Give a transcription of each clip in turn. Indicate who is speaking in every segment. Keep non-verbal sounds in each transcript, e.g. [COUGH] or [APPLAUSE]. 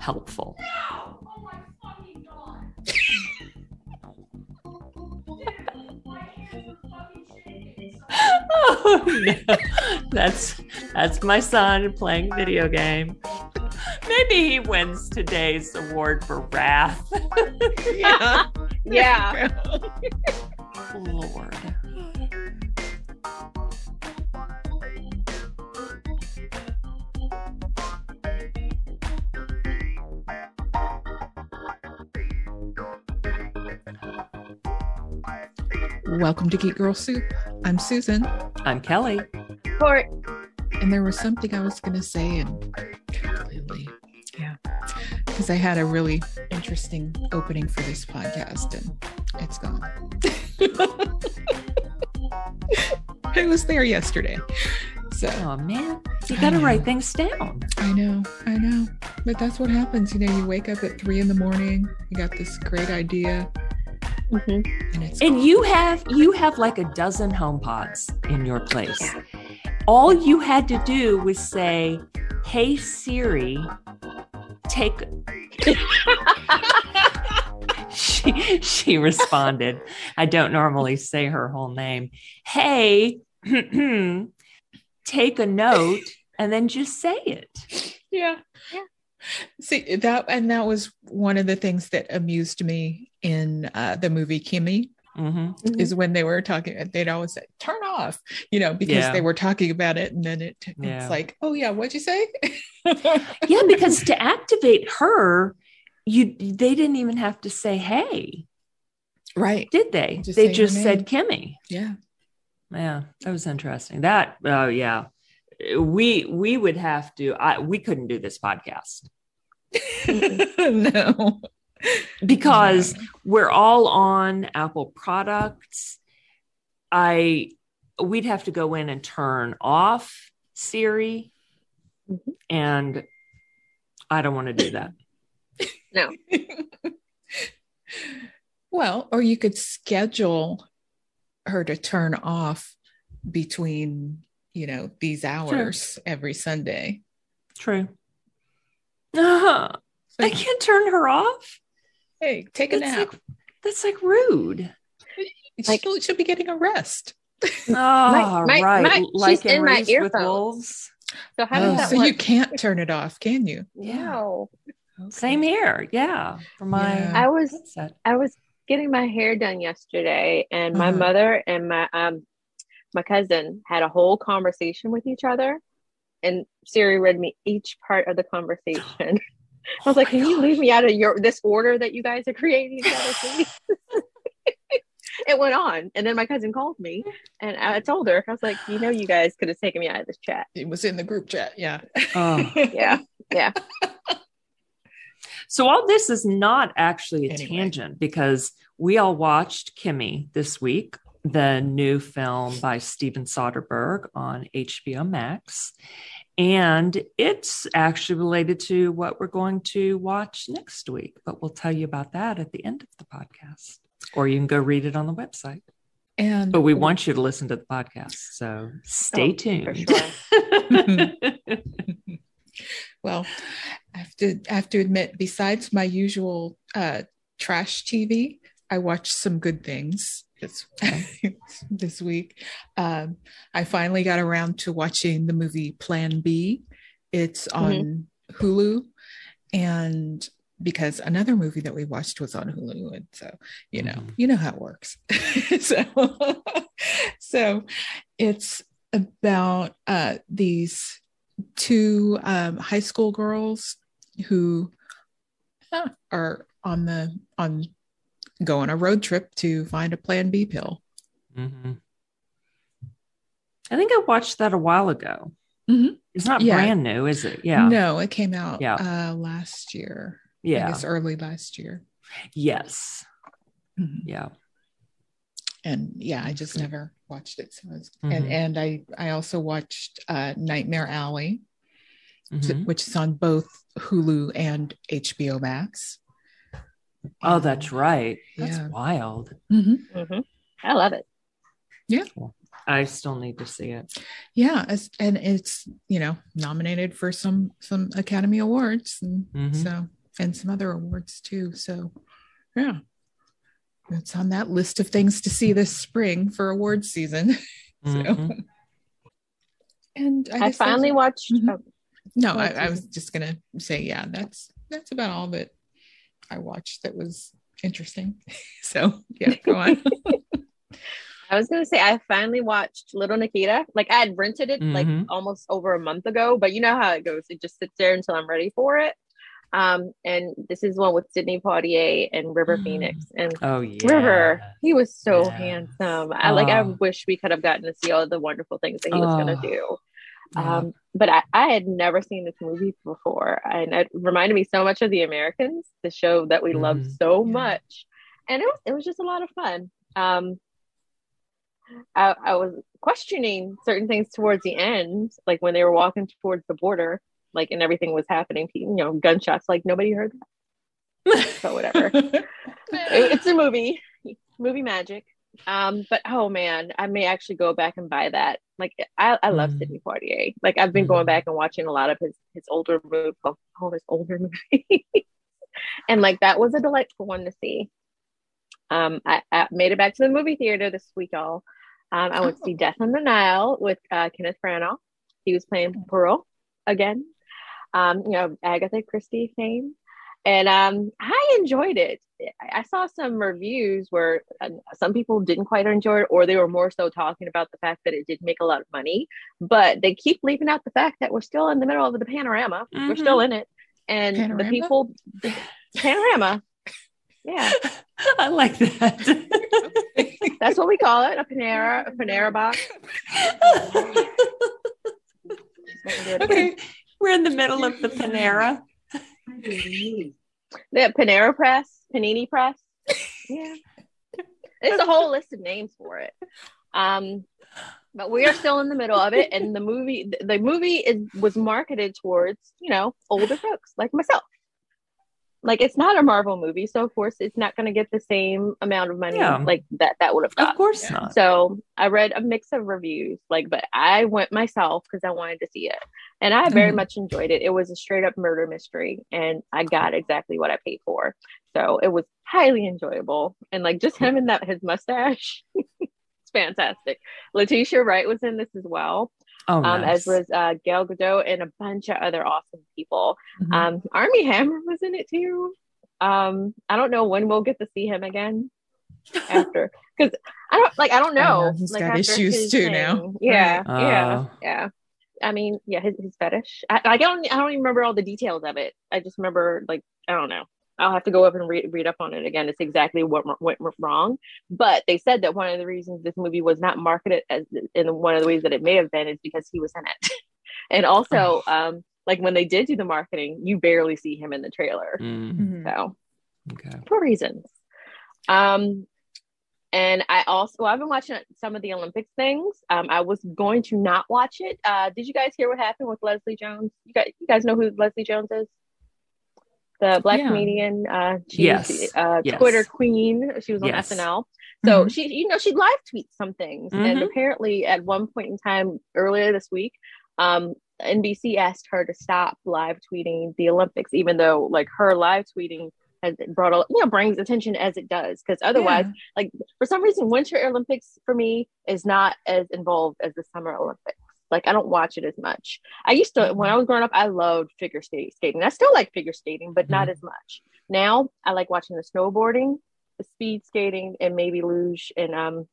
Speaker 1: helpful. [LAUGHS] oh, no. That's that's my son playing video game. Maybe he wins today's award for wrath.
Speaker 2: Yeah. [LAUGHS] yeah.
Speaker 1: Lord.
Speaker 3: Welcome to Geek Girl Soup. I'm Susan,
Speaker 1: I'm Kelly.
Speaker 2: Court.
Speaker 3: and there was something I was going to say, and completely, yeah, because I had a really interesting opening for this podcast, and it's gone. [LAUGHS] I was there yesterday, so
Speaker 1: Oh man. You
Speaker 3: I
Speaker 1: gotta
Speaker 3: know.
Speaker 1: write things down.
Speaker 3: I know, I know, but that's what happens. You know, you wake up at three in the morning, you got this great idea,
Speaker 2: Mhm.
Speaker 3: and it's
Speaker 1: And you have you have like a dozen home pods in your place. All you had to do was say, Hey Siri, take [LAUGHS] she she responded. I don't normally say her whole name. Hey, [CLEARS THROAT] take a note and then just say it.
Speaker 3: yeah
Speaker 2: Yeah.
Speaker 3: see that and that was one of the things that amused me in uh, the movie kimmy
Speaker 1: Mhm.
Speaker 3: is when they were talking they'd always say turn off you know because
Speaker 1: Yeah.
Speaker 3: they were talking about it and then it
Speaker 1: Yeah.
Speaker 3: it's like oh yeah what'd you say
Speaker 1: Yeah, because to activate her, you they didn't even have to say hey,
Speaker 3: right
Speaker 1: did they?
Speaker 3: Just say
Speaker 1: they
Speaker 3: her
Speaker 1: just
Speaker 3: name.
Speaker 1: said Kimmy.
Speaker 3: yeah
Speaker 1: Yeah, that was interesting. That oh yeah. We we would have to I we couldn't do this podcast
Speaker 3: [LAUGHS] no
Speaker 1: because we're all on Apple products. I we'd have to go in and turn off Siri
Speaker 3: Mm-hmm.
Speaker 2: Mhm.
Speaker 1: and I don't want to do that.
Speaker 3: well or you could schedule her to turn off between you know these hours every sunday
Speaker 1: True. [LAUGHS] I
Speaker 3: So,
Speaker 1: can't turn her off.
Speaker 3: hey take a
Speaker 1: That's
Speaker 3: nap
Speaker 1: like that's like rude.
Speaker 2: like-
Speaker 3: she'll, she'll be getting a rest
Speaker 1: Oh,
Speaker 2: my-
Speaker 1: right.
Speaker 2: my-
Speaker 1: like
Speaker 2: she's in my
Speaker 1: Raised with
Speaker 2: earphones.
Speaker 1: wolves.
Speaker 2: So how
Speaker 3: Oh,
Speaker 2: does that
Speaker 3: so
Speaker 2: work?
Speaker 3: you can't turn it off can you
Speaker 2: No.
Speaker 1: Same here. Yeah. For my
Speaker 3: Yeah.
Speaker 2: I was
Speaker 1: headset.
Speaker 2: I was getting my hair done yesterday, and my
Speaker 3: Uh-huh.
Speaker 2: mother and my um my cousin had a whole conversation with each other, and Siri read me each part of the conversation.
Speaker 3: [GASPS]
Speaker 2: I was like,
Speaker 1: my
Speaker 3: Oh
Speaker 2: "Can you
Speaker 1: gosh.
Speaker 2: leave me out of your this order that you guys are creating?" each
Speaker 3: [LAUGHS]
Speaker 2: other, please?" [LAUGHS] it went on, and then my cousin called me, and I told her, "I was like, you know, you guys could have taken me out of this chat."
Speaker 3: it was in the group chat yeah
Speaker 1: Oh.
Speaker 2: Yeah,
Speaker 1: So all this is not actually a
Speaker 3: Anyway.
Speaker 1: tangent because we all watched Kimmy this week, the new film by Steven Soderbergh on HBO Max. And it's actually related to what we're going to watch next week, but we'll tell you about that at the end of the podcast. Or you can go read it on the website.
Speaker 3: and
Speaker 1: But we want you to listen to the podcast. So stay
Speaker 2: Oh, for
Speaker 1: tuned. [LAUGHS]
Speaker 2: sure.
Speaker 3: well i have to I have to admit besides my usual uh trash tv i watched some good things this [LAUGHS] this week um i finally got around to watching the movie plan b it's
Speaker 2: Mm-hmm.
Speaker 3: on hulu and because another movie that we watched was on hulu and so you know
Speaker 1: Mhm.
Speaker 3: you know how it works [LAUGHS] so so it's about uh these two um, high school girls who uh, are on the on go on a road trip to find a plan b pill
Speaker 1: Mhm. I think I watched that a while ago.
Speaker 2: Mm-hmm.
Speaker 3: Mhm.
Speaker 1: It's not
Speaker 3: Yeah.
Speaker 1: brand new, is it? Yeah.
Speaker 3: no it came out
Speaker 1: Yeah.
Speaker 3: uh last year i
Speaker 1: yeah.
Speaker 3: guess early last year
Speaker 1: Yes.
Speaker 3: Mhm.
Speaker 1: Yeah.
Speaker 3: and yeah i just never watched it so it's,
Speaker 1: Mhm.
Speaker 3: and and i i also watched uh nightmare alley t-
Speaker 1: Mhm.
Speaker 3: which is on both hulu and hbo max
Speaker 1: Oh, that's right. That's
Speaker 3: Yeah.
Speaker 1: wild.
Speaker 3: Mhm.
Speaker 2: Mhm. I love it.
Speaker 1: I still need to see it.
Speaker 3: yeah it's, and it's you know nominated for some some academy awards and
Speaker 1: Mhm.
Speaker 3: so and some other awards too so yeah it's on that list of things to see this spring for award season [LAUGHS]
Speaker 1: Mhm.
Speaker 3: and i,
Speaker 2: I,
Speaker 3: guess those
Speaker 2: finally
Speaker 3: are-
Speaker 2: watched.
Speaker 3: Mhm.
Speaker 2: oh,
Speaker 3: no I,
Speaker 2: award
Speaker 3: I was
Speaker 2: season.
Speaker 3: just gonna say yeah that's that's about all that i watched that was interesting [LAUGHS] so yeah go [LAUGHS] on
Speaker 2: I was gonna say I finally watched Little Nikita. Like I had rented it like
Speaker 1: Mhm.
Speaker 2: almost over a month ago, but you know how it goes. It just sits there until I'm ready for it. Um, and this is one with Sydney Poitier and River
Speaker 3: Mm.
Speaker 2: Phoenix. And
Speaker 1: Oh yeah.
Speaker 2: River, he was so
Speaker 1: Yes.
Speaker 2: handsome. I like. I
Speaker 1: Oh.
Speaker 2: wish we could have gotten to see all the wonderful things that he was gonna
Speaker 1: Oh.
Speaker 2: do.
Speaker 1: Yeah.
Speaker 2: Um, but I, I had never seen this movie before, and it reminded me so much of The Americans, the show that we loved
Speaker 1: Mhm.
Speaker 2: so
Speaker 3: Yeah.
Speaker 2: much, and it was it was just a lot of fun. Um, I, I was questioning certain things towards the end, like when they were walking towards the border, like and everything was happening, you know, gunshots, like nobody heard that,
Speaker 1: [LAUGHS]
Speaker 2: but whatever it- it's a movie movie magic um but oh man i may actually go back and buy that like i, I love
Speaker 1: Mm.
Speaker 2: sidney poitier like i've been
Speaker 1: Mm.
Speaker 2: going back and watching a lot of his his older movies all his older [LAUGHS] movies and like that was a delightful one to see um i, I made it back to the movie theater this week y'all um i went to see death on the nile with uh, kenneth branagh he was playing pearl again um you know agatha christie fame and um, I enjoyed it. I I saw some reviews where uh, some people didn't quite enjoy it, or they were more so talking about the fact that it did make a lot of money. But they keep leaving out the fact that we're still in the middle of the panorama. We're
Speaker 1: Mhm.
Speaker 2: still in it, and
Speaker 3: Panorama?
Speaker 2: the people panorama. Yeah,
Speaker 1: [LAUGHS] I like
Speaker 2: [LAUGHS]
Speaker 1: that.
Speaker 2: that's what we call it—a Panera, a Panera box.
Speaker 3: okay
Speaker 1: We're in the middle of the Panera.
Speaker 2: They have Panera Press, Panini Press. [LAUGHS] Yeah. There's a whole list of names for it. Um, but we are still in the middle of it, and the movie th- the movie is was marketed towards you know older folks like myself. Like it's not a Marvel movie, so of course it's not going to get the same amount of money
Speaker 1: Yeah.
Speaker 2: like that that would have got.
Speaker 1: Of course
Speaker 3: Yeah.
Speaker 1: not.
Speaker 2: So I read a mix of reviews, like, but I went myself because I wanted to see it, and I very
Speaker 1: Mm-hmm.
Speaker 3: Mhm.
Speaker 2: much enjoyed it. It was a straight up murder mystery, and I got exactly what I paid for. So it was highly enjoyable, and like just him and that his mustache, [LAUGHS] it's fantastic. Letitia Wright was in this as well,
Speaker 1: Oh,
Speaker 2: um,
Speaker 1: nice.
Speaker 2: as was uh, Gail Godot and a bunch of other awesome people.
Speaker 3: Mm-hmm.
Speaker 2: Um, Army Hammer was in it too. Um, I don't know when we'll get to see him again after because I don't like I don't
Speaker 3: I
Speaker 2: know.
Speaker 3: know, he's
Speaker 2: like,
Speaker 3: got
Speaker 2: after
Speaker 3: issues
Speaker 2: his
Speaker 3: too now.
Speaker 2: Yeah, yeah,
Speaker 1: Oh.
Speaker 2: yeah. I mean, yeah, his, his fetish. I, I don't I don't even remember all the details of it. I just remember like I don't know. I'll have to go up and read read up on it again. It's exactly what went- went wrong. But they said that one of the reasons this movie was not marketed as in one of the ways that it may have been is because he was in it. [LAUGHS] and also, um, like when they did do the marketing, you barely see him in the trailer.
Speaker 1: Mm,
Speaker 3: Mhm.
Speaker 2: So
Speaker 1: okay.
Speaker 2: for reasons. Um, and I also well, I've been watching some of the Olympics things. Um, I was going to not watch it. Uh, did you guys hear what happened with Leslie Jones? You guys, you guys know who Leslie Jones is? The black
Speaker 3: Yeah.
Speaker 2: comedian. Uh, she's
Speaker 1: Yes.
Speaker 2: uh,
Speaker 1: Yes.
Speaker 2: Twitter queen. She was on
Speaker 1: Yes. Mm-hmm.
Speaker 2: SNL. So
Speaker 3: Mhm.
Speaker 2: she, you know, she live tweets some things, and
Speaker 1: Mhm.
Speaker 2: apparently at one point in time earlier this week, um, NBC asked her to stop live tweeting the Olympics, even though like her live tweeting has brought a, you know brings attention as it does, because otherwise,
Speaker 3: Yeah.
Speaker 2: for some reason, Winter Olympics for me is not as involved as the Summer Olympics. Like I don't watch it as much. I used to
Speaker 3: Mm-hmm.
Speaker 2: when I was growing up, I loved figure sta- skating. I still like figure skating, but
Speaker 3: Mm-hmm.
Speaker 2: not as much. Now I like watching the snowboarding, the speed skating, and maybe luge and um,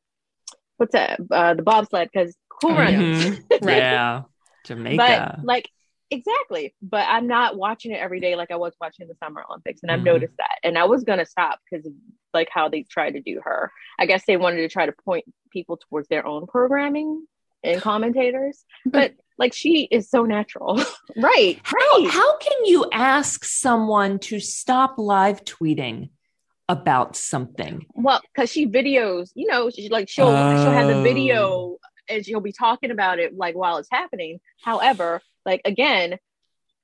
Speaker 2: what's that? Uh, the bobsled because cool
Speaker 3: Oh,
Speaker 2: runs.
Speaker 3: yeah.
Speaker 2: [LAUGHS]
Speaker 1: Mhm. [LAUGHS]
Speaker 3: Right.
Speaker 1: Yeah. Jamaica.
Speaker 2: But like exactly, but I'm not watching it every day like I was watching the Summer Olympics, and I've
Speaker 1: Mhm.
Speaker 2: noticed that. And I was gonna stop because of like how they tried to do her. I guess they wanted to try to point people towards their own programming [SIGHS] and commentators, but like she is so natural, [LAUGHS] right?
Speaker 1: How,
Speaker 2: Right.
Speaker 1: how can you ask someone to stop live tweeting about something?
Speaker 2: Well, because she videos, you know, she, like she'll she'll have the
Speaker 1: Oh.
Speaker 2: video and she'll be talking about it like while it's happening. However, like again,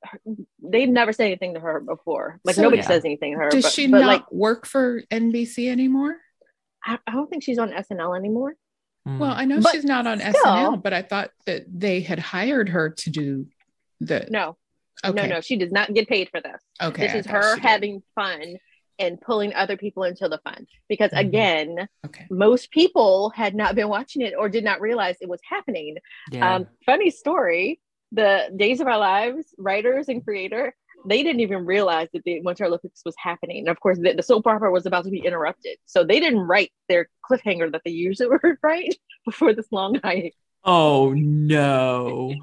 Speaker 2: her- they've never said anything to her before. Like
Speaker 3: So-
Speaker 2: nobody
Speaker 1: Yeah.
Speaker 2: says anything to her.
Speaker 3: does
Speaker 2: but,
Speaker 3: she
Speaker 2: but
Speaker 3: not
Speaker 2: like
Speaker 3: work for nbc anymore
Speaker 2: I, I don't think she's on SNL anymore.
Speaker 1: Mm,
Speaker 3: Well, I know
Speaker 2: But
Speaker 3: she's not on
Speaker 2: still-
Speaker 3: SNL, but I thought that they had hired her to do the.
Speaker 2: No,
Speaker 3: okay.
Speaker 2: no, no. She does not get paid for this.
Speaker 3: Okay.
Speaker 2: this
Speaker 3: I
Speaker 2: is
Speaker 3: thought
Speaker 2: her
Speaker 3: she did.
Speaker 2: having fun and pulling other people into the fun because
Speaker 3: Mm-hmm.
Speaker 1: Mhm.
Speaker 2: again
Speaker 3: Okay.
Speaker 2: most people had not been watching it or did not realize it was happening
Speaker 1: yeah.
Speaker 2: um, funny story the days of our lives writers and creator they didn't even realize that the winter olympics was happening and of course the, the soap opera was about to be interrupted so they didn't write their cliffhanger that they usually [LAUGHS] would write before this long night
Speaker 1: oh no.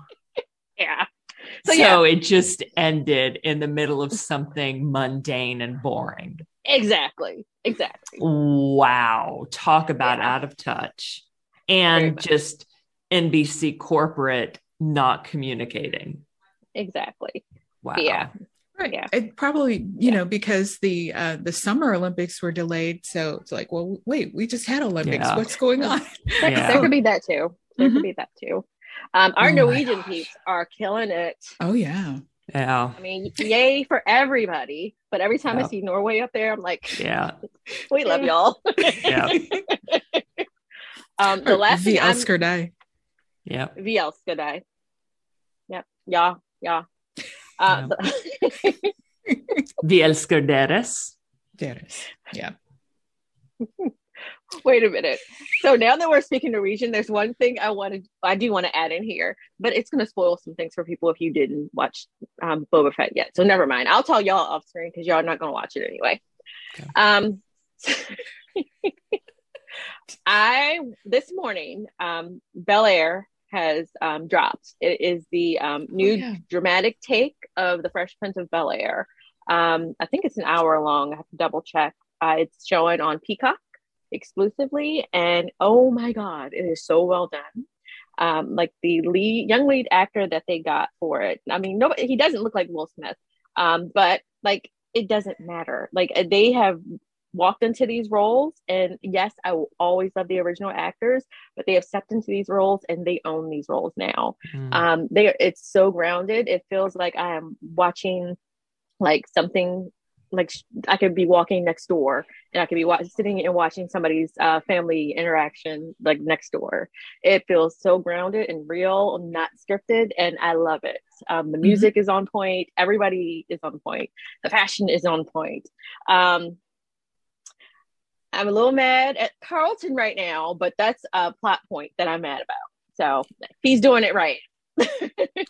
Speaker 2: yeah
Speaker 1: So,
Speaker 2: So, yeah.
Speaker 1: it just ended in the middle of something mundane and boring.
Speaker 2: exactly exactly
Speaker 1: Wow. Talk about
Speaker 2: Yeah.
Speaker 1: out of touch
Speaker 2: Very
Speaker 1: and
Speaker 2: much.
Speaker 1: just NBC corporate not communicating.
Speaker 2: exactly
Speaker 1: Wow.
Speaker 2: Yeah.
Speaker 3: Right.
Speaker 2: Yeah.
Speaker 3: It probably, you
Speaker 2: Yeah.
Speaker 3: know, because the uh, the summer Olympics were delayed, so it's like, well, wait, we just had Olympics.
Speaker 1: Yeah.
Speaker 3: What's going on?
Speaker 2: There,
Speaker 1: Yeah. Mm-hmm. Mm.
Speaker 2: there could be that too. There
Speaker 3: Mhm.
Speaker 2: could be that too. Um, our
Speaker 3: Oh my
Speaker 2: Norwegian
Speaker 3: gosh.
Speaker 2: peeps are killing it.
Speaker 3: Oh yeah.
Speaker 1: Yeah.
Speaker 2: I mean, yay for everybody. But every time
Speaker 1: Yeah.
Speaker 2: I see Norway up there, I'm like,
Speaker 1: [LAUGHS] Yeah.
Speaker 2: we love y'all.
Speaker 1: Yeah.
Speaker 2: [LAUGHS] Um, the last
Speaker 3: the
Speaker 2: thing I'm
Speaker 3: Oscar die.
Speaker 1: Yeah.
Speaker 2: VL Skadai. Yep. Yeah. Yeah. Uh, the-
Speaker 1: Vi älskar deras.
Speaker 3: There it is. Yeah.
Speaker 2: [LAUGHS] Wait a minute. So now that we're speaking Norwegian, there's one thing I wanted, I do want to add in here, but it's going to spoil some things for people if you didn't watch um, Boba Fett yet. So never mind. I'll tell y'all off screen because y'all are not going to watch it anyway.
Speaker 1: Okay.
Speaker 2: Um, [LAUGHS] I this morning, um, Bel Air has um, dropped. It is the um, new
Speaker 3: Oh, yeah.
Speaker 2: dramatic take of the Fresh Prince of Bel Air. Um, I think it's an hour long. I have to double check. Uh, it's showing on Peacock exclusively, and oh my god, it is so well done. Um, like the lead young lead actor that they got for it. I mean, nobody he doesn't look like Will Smith, um, but like it doesn't matter. Like uh, they have walked into these roles, and yes, I will always love the original actors, but they have stepped into these roles and they own these roles now
Speaker 1: Mm.
Speaker 2: um they it's so grounded it feels like i am watching like something like sh- i could be walking next door and i could be wa- sitting and watching somebody's uh, family interaction like next door it feels so grounded and real not scripted and i love it um, the music is on point everybody is on point the fashion is on point um i'm a little mad at carlton right now but that's a plot point that i'm mad about so he's doing it right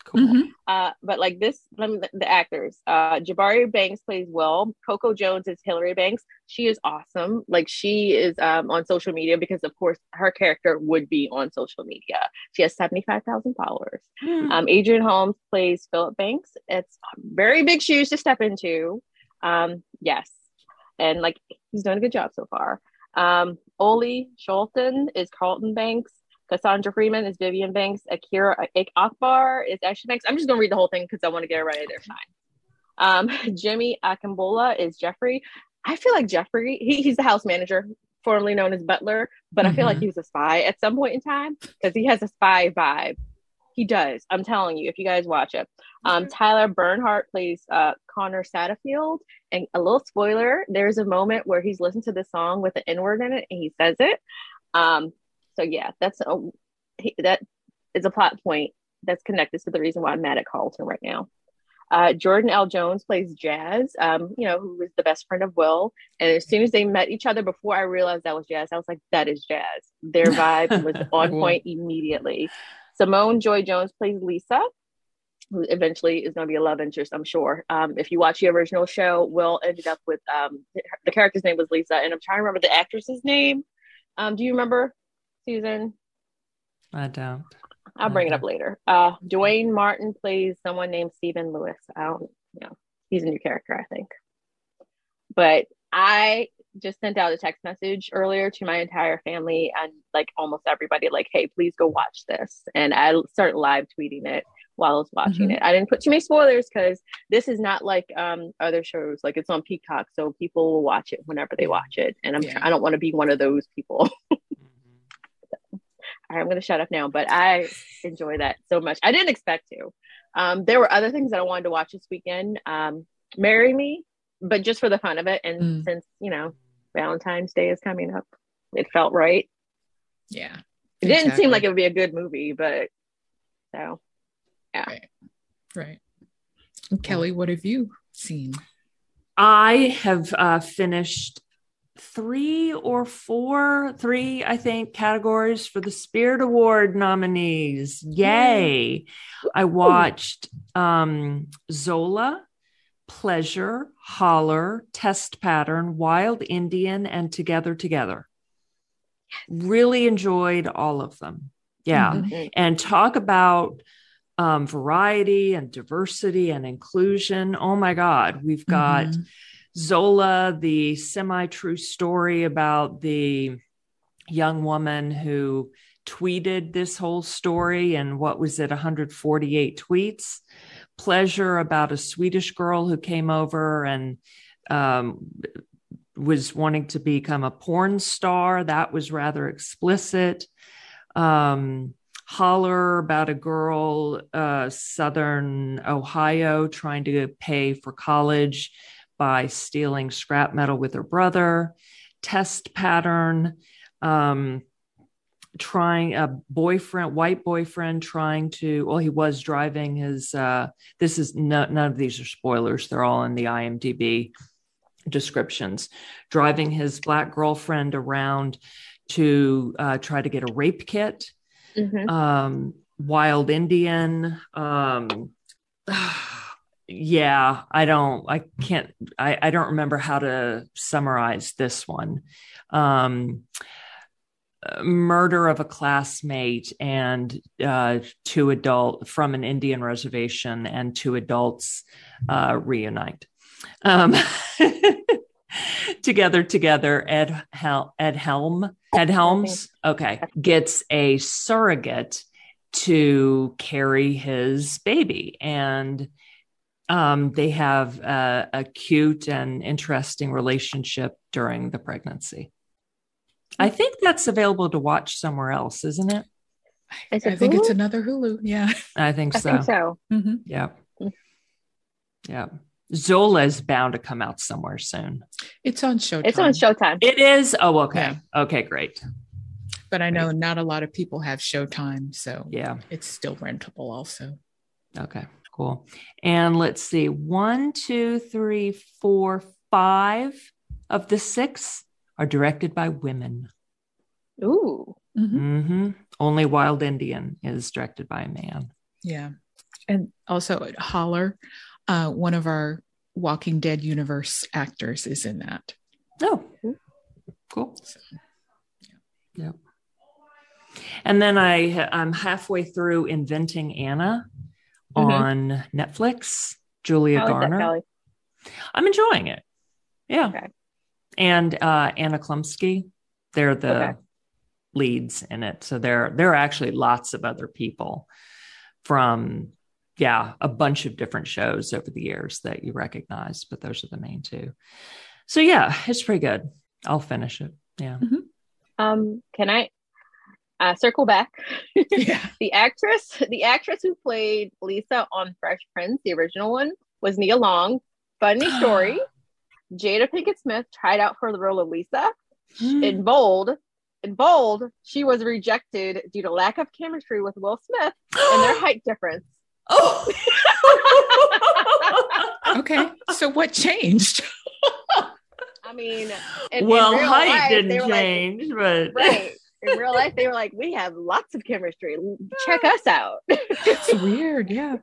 Speaker 1: Cool.
Speaker 3: Mhm.
Speaker 2: uh, but like this, let me, the actors. Uh, Jabari Banks plays well. Coco Jones is Hillary Banks. She is awesome. Like she is um, on social media because, of course, her character would be on social media. She has seventy five thousand followers.
Speaker 1: Mm-hmm.
Speaker 2: Um, Adrian Holmes plays Philip Banks. It's very big shoes to step into. Um, yes, and like he's done a good job so far. Um, Oli Scholten is Carlton Banks. Cassandra Freeman is Vivian Banks. Akira Ik- Akbar is Ashley Banks. I'm just gonna read the whole thing because I want to get it right. They're fine. Um, [LAUGHS] Jimmy Akambola is Jeffrey. I feel like Jeffrey. He, he's the house manager, formerly known as Butler, but I feel like
Speaker 1: Mhm.
Speaker 2: he was a spy at some point in time because he has a spy vibe. He does. I'm telling you, if you guys watch it. Um, Tyler Bernhardt plays uh, Connor Satterfield. And a little spoiler, there's a moment where he's listened to this song with the N word in it and he says it. Um, so yeah, that's a, he- that is a plot point that's connected to the reason why I'm mad at Carlton right now. Uh, Jordan L. Jones plays Jazz, um, you know, who was the best friend of Will. And as soon as they met each other, before I realized that was Jazz, I was like, that is Jazz. Their vibe was on
Speaker 3: Cool.
Speaker 2: point immediately. Simone Joy Jones plays Lisa, who eventually is going to be a love interest, I'm sure. Um, if you watch the original show, Will ended up with um, the character's name was Lisa, and I'm trying to remember the actress's name. Um, do you remember, Susan?
Speaker 1: I don't.
Speaker 2: I'll bring it up later. Uh, Dwayne Martin plays someone named Stephen Lewis. I don't know. He's a new character, I think. But I just sent out a text message earlier to my entire family and like almost everybody, like, hey, please go watch this. And I started live tweeting it while I was watching it. I didn't put too many spoilers because this is not like um, other shows. Like it's on Peacock, so people will watch it whenever they watch it. And I'm
Speaker 3: Yeah.
Speaker 2: I don't want to be one of those people. All right, I'm going to shut up now, but I enjoy that so much. I didn't expect to. Um, there were other things that I wanted to watch this weekend. Um, Marry Me, but just for the fun of it. And
Speaker 3: Mm.
Speaker 2: since, you know, Valentine's Day is coming up, it felt right.
Speaker 3: Yeah.
Speaker 2: It didn't seem like it would be a good movie, but so yeah.
Speaker 3: Right. Right. And Kelly, what have you seen?
Speaker 1: I have uh, finished three or four, three, I think, categories for the Spirit Award nominees. Yay. I watched um, Zola, Pleasure, Holler, Test Pattern, Wild Indian, and Together Together. Really enjoyed all of them. Yeah.
Speaker 3: Mm-hmm.
Speaker 2: Mhm.
Speaker 1: And talk about um, variety and diversity and inclusion. Oh my God, we've got
Speaker 3: Mhm.
Speaker 1: Zola, the semi true story about the young woman who tweeted this whole story and what was it, 148 tweets. Pleasure about a Swedish girl who came over and um, was wanting to become a porn star. That was rather explicit. Um, Holler about a girl, uh, Southern Ohio, trying to pay for college by stealing scrap metal with her brother, test pattern, um, trying a boyfriend, white boyfriend trying to, well, he was driving his, uh, this is no, none of these are spoilers. They're all in the IMDb descriptions, driving his black girlfriend around to uh, try to get a rape kit
Speaker 2: Mhm.
Speaker 1: um, Wild Indian. Um, [SIGHS] yeah, I don't, I can't, I, I don't remember how to summarize this one. Um, uh, murder of a classmate and uh, two adult from an Indian reservation and two adults uh, reunite. Um, [LAUGHS] together, together, Ed, Hel- Ed Helm, Ed Helms, okay, gets a surrogate to carry his baby. And um, they have a, a cute and interesting relationship during the pregnancy. I think that's available to watch somewhere else, isn't it?
Speaker 3: I,
Speaker 2: Is it
Speaker 3: I think it's
Speaker 2: Hulu?
Speaker 3: another Hulu. Yeah. [LAUGHS]
Speaker 1: I think
Speaker 2: I
Speaker 1: so.
Speaker 2: think so.
Speaker 3: Mhm.
Speaker 1: Yeah.
Speaker 2: Mm.
Speaker 1: Yeah. Zola is bound to come out somewhere soon.
Speaker 3: It's on Showtime.
Speaker 2: It's on Showtime.
Speaker 1: It is. Oh, okay. Okay, great.
Speaker 3: but I know not a lot of people have Showtime, so
Speaker 1: Yeah.
Speaker 3: it's still rentable. Also,
Speaker 1: Okay, cool. And let's see one, two, three, four, five of the six are directed by women.
Speaker 2: Ooh.
Speaker 3: Mhm.
Speaker 1: hmm Only Wild Indian is directed by a man.
Speaker 3: yeah, and also at Holler, uh, one of our Walking Dead universe actors is in that.
Speaker 1: Oh,
Speaker 2: Cool.
Speaker 1: cool.
Speaker 3: [LAUGHS]
Speaker 1: Yep. And then I I'm halfway through Inventing Anna
Speaker 2: Mhm.
Speaker 1: on Netflix. Julia
Speaker 2: How is that,
Speaker 1: Garner.
Speaker 2: Kelly?
Speaker 1: I'm enjoying it. Yeah.
Speaker 2: Okay.
Speaker 1: And uh, Anna Klumsky, they're the
Speaker 2: Okay.
Speaker 1: leads in it. So there, there are actually lots of other people from, yeah, a bunch of different shows over the years that you recognize, but those are the main two. So yeah, it's pretty good. I'll finish it. Yeah.
Speaker 2: Um, can I uh, circle back?
Speaker 3: yeah,
Speaker 2: the actress, [LAUGHS] the actress who played Lisa on Fresh Prince, the original one, was Nia Long.
Speaker 1: [GASPS]
Speaker 2: Funny story. Jada Pinkett Smith tried out for the role of Lisa
Speaker 1: Hmm. [GASPS]
Speaker 2: in bold. In bold, she was rejected due to lack of chemistry with Will Smith
Speaker 1: [GASPS]
Speaker 2: and their height difference.
Speaker 1: oh.
Speaker 3: okay. so what [LAUGHS] changed?
Speaker 2: I mean, in,
Speaker 1: well,
Speaker 2: in real
Speaker 1: height
Speaker 2: life, they
Speaker 1: didn't
Speaker 2: were like-
Speaker 1: change, but
Speaker 2: right. In real life, they were like, "We have lots of chemistry. Check us out."
Speaker 3: It's weird. Yeah,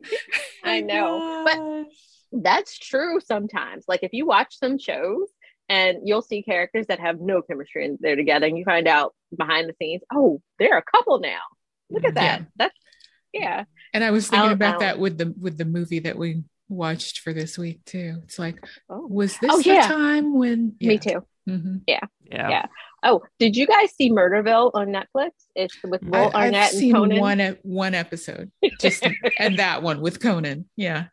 Speaker 2: I know, but that's true sometimes. Like if you watch some shows and you'll see characters that have no chemistry and they're together and you find out behind the scenes, oh, they're a couple now. Look at that. That's yeah.
Speaker 3: and I was thinking
Speaker 2: I'll-
Speaker 3: about
Speaker 2: I'll-
Speaker 3: that with the with the movie that we watched for this week too. It's like,
Speaker 2: Oh,
Speaker 3: was this
Speaker 2: Oh,
Speaker 3: the
Speaker 2: yeah.
Speaker 3: time when?
Speaker 2: me
Speaker 3: yeah.
Speaker 2: too.
Speaker 3: Mhm.
Speaker 1: [LAUGHS] yeah.
Speaker 2: Yeah. Oh, did you guys see Murderville on Netflix? It's with
Speaker 1: I-
Speaker 2: Will
Speaker 3: I,
Speaker 2: Arnett
Speaker 3: have
Speaker 2: and
Speaker 3: seen
Speaker 2: Conan.
Speaker 3: one e- one episode,
Speaker 2: [LAUGHS]
Speaker 3: just and that one with Conan. Yeah,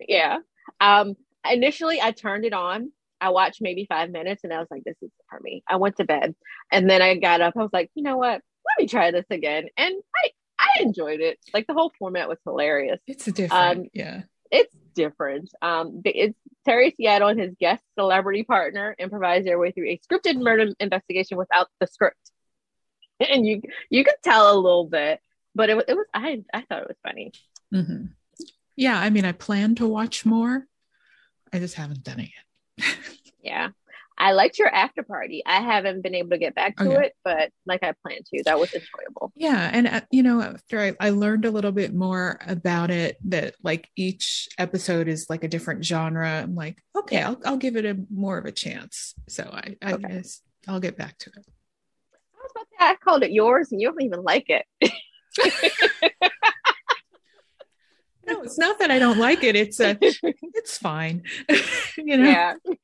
Speaker 2: yeah. Um, initially, I turned it on. I watched maybe five minutes and I was like, this is for me. I went to bed. And then I got up. I was like, you know what? Let me try this again. And I, I enjoyed it. Like the whole format was hilarious.
Speaker 3: it's a different.
Speaker 2: Um,
Speaker 3: yeah,
Speaker 2: It's different. Um, but it's Terry Seattle and his guest celebrity partner improvise their way through a scripted murder investigation without the script. [LAUGHS] and you you could tell a little bit, but it, wa- it was I I thought it was funny.
Speaker 3: hmm Yeah, I mean, I plan to watch more. I just haven't done it yet.
Speaker 2: Yeah. I liked your after party. I haven't been able to get back to
Speaker 3: Okay.
Speaker 2: it, but like I planned to, that was enjoyable.
Speaker 3: Yeah, and uh, you know, after I, I learned a little bit more about it, that like each episode is like a different genre. I'm like, okay,
Speaker 2: Yeah.
Speaker 3: I'll I'll give it a more of a chance. So I, I
Speaker 2: Okay.
Speaker 3: guess I'll get back to it.
Speaker 2: I was about to say, I called it yours, and you don't even like it.
Speaker 3: No, it's not that I don't like it.
Speaker 2: [LAUGHS]
Speaker 3: It's a, it's fine. [LAUGHS] you know.
Speaker 2: Yeah, [LAUGHS]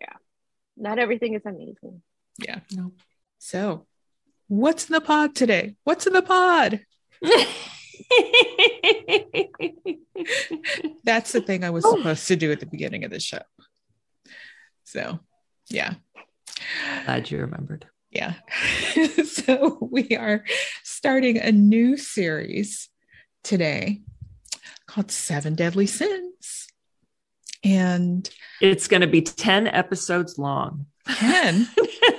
Speaker 2: yeah. Not everything is amazing.
Speaker 3: Yeah. No. So, what's in the pod today? What's in the pod? That's the thing I was supposed to do at the beginning of the show. So, yeah.
Speaker 1: Glad you remembered.
Speaker 3: Yeah. [LAUGHS] so we are starting a new series today called Seven Deadly Sins. And
Speaker 1: It's going to be 10 episodes long.
Speaker 3: 10,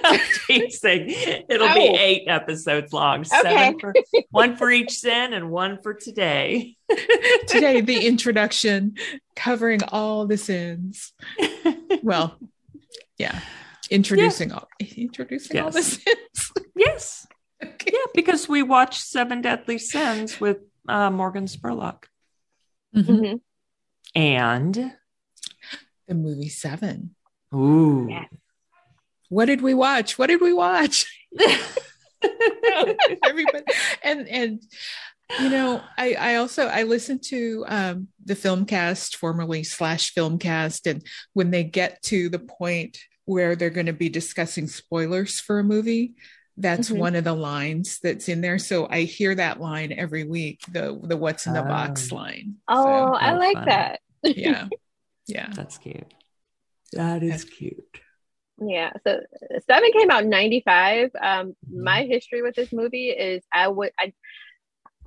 Speaker 1: I'm [LAUGHS] teasing. It'll be
Speaker 2: Oh.
Speaker 1: eight episodes long.
Speaker 2: Okay.
Speaker 1: Seven for, one for each sin and one for today.
Speaker 3: today, the introduction covering all the sins. Well, yeah, introducing all introducing all the
Speaker 1: Yes.
Speaker 3: sins. [LAUGHS]
Speaker 1: yes.
Speaker 3: okay.
Speaker 1: Yeah, because we watched Seven Deadly Sins with uh, Morgan Spurlock
Speaker 3: Mhm.
Speaker 2: Mhm.
Speaker 1: and
Speaker 3: The movie Seven.
Speaker 1: ooh.
Speaker 2: Yes.
Speaker 3: What did we watch? What did
Speaker 2: [LAUGHS]
Speaker 3: we watch? [LAUGHS] Everybody and and you know i i also i listen to um the film cast formerly slash film cast and when they get to the point where they're going to be discussing spoilers for a movie that's
Speaker 2: Mhm.
Speaker 3: one of the lines that's in there so i hear that line every week the the what's in the box
Speaker 1: Oh.
Speaker 3: line
Speaker 2: Oh,
Speaker 3: So,
Speaker 2: I
Speaker 1: Oh,
Speaker 2: like
Speaker 1: fun.
Speaker 2: that.
Speaker 3: yeah yeah
Speaker 1: That's cute. That is cute.
Speaker 2: Yeah. So Seven came out in '95. Um,
Speaker 1: Mm-hmm.
Speaker 2: my history with this movie is I would I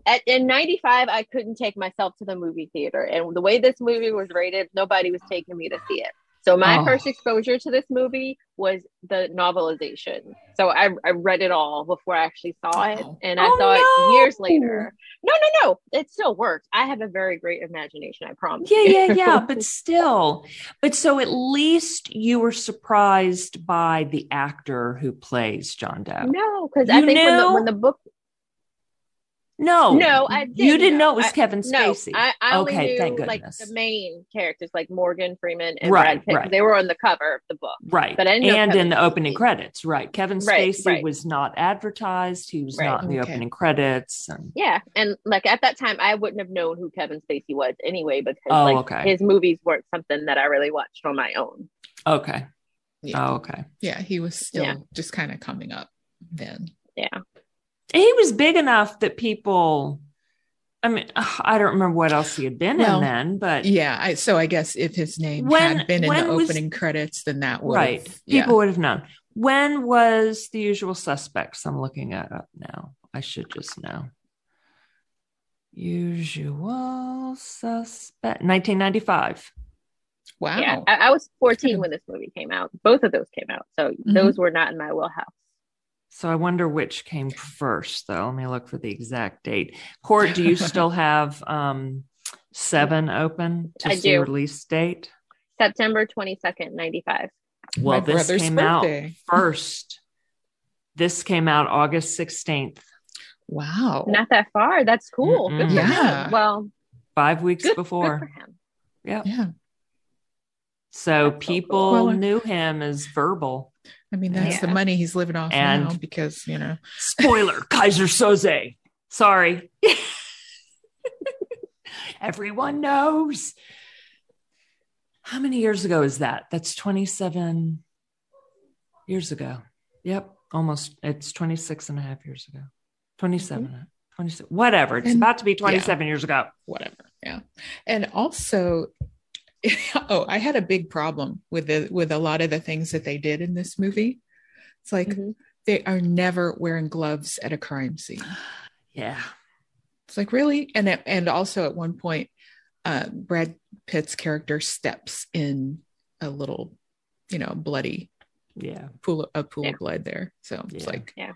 Speaker 2: at in '95 I couldn't take myself to the movie theater, and the way this movie was rated, nobody was taking me to see it. So my
Speaker 1: Oh.
Speaker 2: first exposure to this movie was the novelization. So I, I read it all before I actually saw it,
Speaker 3: Oh.
Speaker 2: and I
Speaker 1: Oh, no.
Speaker 2: saw it years later. No, no, no, it still works. I have a very great imagination. I promise.
Speaker 1: Yeah, yeah, yeah.
Speaker 2: [LAUGHS]
Speaker 1: but still, but so at least you were surprised by the actor who plays John Doe.
Speaker 2: No, because I
Speaker 1: You
Speaker 2: think when the,
Speaker 1: knew?
Speaker 2: when the book
Speaker 1: No,
Speaker 2: No, I
Speaker 1: you
Speaker 2: didn't
Speaker 1: didn't know,
Speaker 2: know.
Speaker 1: it was
Speaker 2: I-
Speaker 1: Kevin
Speaker 2: No,
Speaker 1: Spacey.
Speaker 2: I, I only
Speaker 1: Okay,
Speaker 2: knew
Speaker 1: thank
Speaker 2: like
Speaker 1: goodness.
Speaker 2: the main characters, like Morgan Freeman and
Speaker 1: Right,
Speaker 2: Brad Pitt.
Speaker 1: right.
Speaker 2: They were on the cover of the book.
Speaker 1: right,
Speaker 2: but I didn't know
Speaker 1: and in
Speaker 2: Kevin
Speaker 1: the opening
Speaker 2: Spacey.
Speaker 1: credits, right? Kevin
Speaker 2: Right,
Speaker 1: Spacey
Speaker 2: right.
Speaker 1: was not advertised; he was
Speaker 2: Right.
Speaker 1: not in the
Speaker 3: Okay.
Speaker 1: opening credits. And
Speaker 2: Yeah, and like at that time, I wouldn't have known who Kevin Spacey was anyway because
Speaker 1: Oh,
Speaker 2: like
Speaker 1: okay.
Speaker 2: his movies weren't something that I really watched on my own.
Speaker 1: okay,
Speaker 3: Yeah.
Speaker 1: oh, okay.
Speaker 3: yeah he was still
Speaker 2: Yeah.
Speaker 3: just kind of coming up then
Speaker 1: And he was big enough that people. I mean, ugh, I don't remember what else he had been
Speaker 3: Well,
Speaker 1: in then, but
Speaker 3: yeah I, so i guess if his name
Speaker 1: When-
Speaker 3: had been in the
Speaker 1: when was-
Speaker 3: opening credits then that would
Speaker 1: right, people would have known. When was The Usual Suspects? I'm looking it up now. I should just know. Usual Suspect, 1995.
Speaker 3: wow
Speaker 2: Yeah, I, I was 14
Speaker 3: Sure.
Speaker 2: when this movie came out. Both of those came out, so
Speaker 1: Mm-hmm.
Speaker 2: those were not in my wheelhouse.
Speaker 1: So I wonder which came first, though. Let me look for the exact date. Court, do you still have um, seven open to
Speaker 2: I
Speaker 1: see
Speaker 2: do.
Speaker 1: release date?
Speaker 2: September 22nd, 95.
Speaker 1: Well,
Speaker 3: My
Speaker 1: this
Speaker 3: brother's
Speaker 1: came out
Speaker 3: birthday.
Speaker 1: first. This came out August 16th,
Speaker 3: Wow.
Speaker 2: Not that far. That's cool. Good for
Speaker 1: Mm-mm.
Speaker 3: Yeah.
Speaker 2: him. Well,
Speaker 1: five weeks
Speaker 2: good,
Speaker 1: before.
Speaker 2: good for him.
Speaker 1: Yeah.
Speaker 3: yeah.
Speaker 1: So
Speaker 2: That's so cool.
Speaker 1: people
Speaker 3: Well, I-
Speaker 1: knew him as verbal.
Speaker 3: I mean, that's the
Speaker 2: Yeah.
Speaker 3: money he's living off
Speaker 1: And-
Speaker 3: now because, you know,
Speaker 1: Spoiler Kaiser Soze. Sorry. [LAUGHS] Everyone knows. How many years ago is that? That's 27 years ago. Yep. Almost. It's 26 and a half years ago. 27. 26, whatever. It's
Speaker 3: And-
Speaker 1: about to be 27 years ago.
Speaker 3: whatever. Yeah. And also, [LAUGHS] oh, I had a big problem with the with a lot of the things that they did in this movie. It's like
Speaker 1: Mm-hmm.
Speaker 2: Mhm.
Speaker 3: they are never wearing gloves at a crime scene.
Speaker 1: Yeah.
Speaker 3: It's like really, and it- and also at one point, uh, Brad Pitt's character steps in a little, you know, bloody
Speaker 1: Yeah.
Speaker 3: pool a pool
Speaker 2: Yeah.
Speaker 3: of blood there. So it's
Speaker 1: Yeah.
Speaker 3: like,
Speaker 2: Yeah.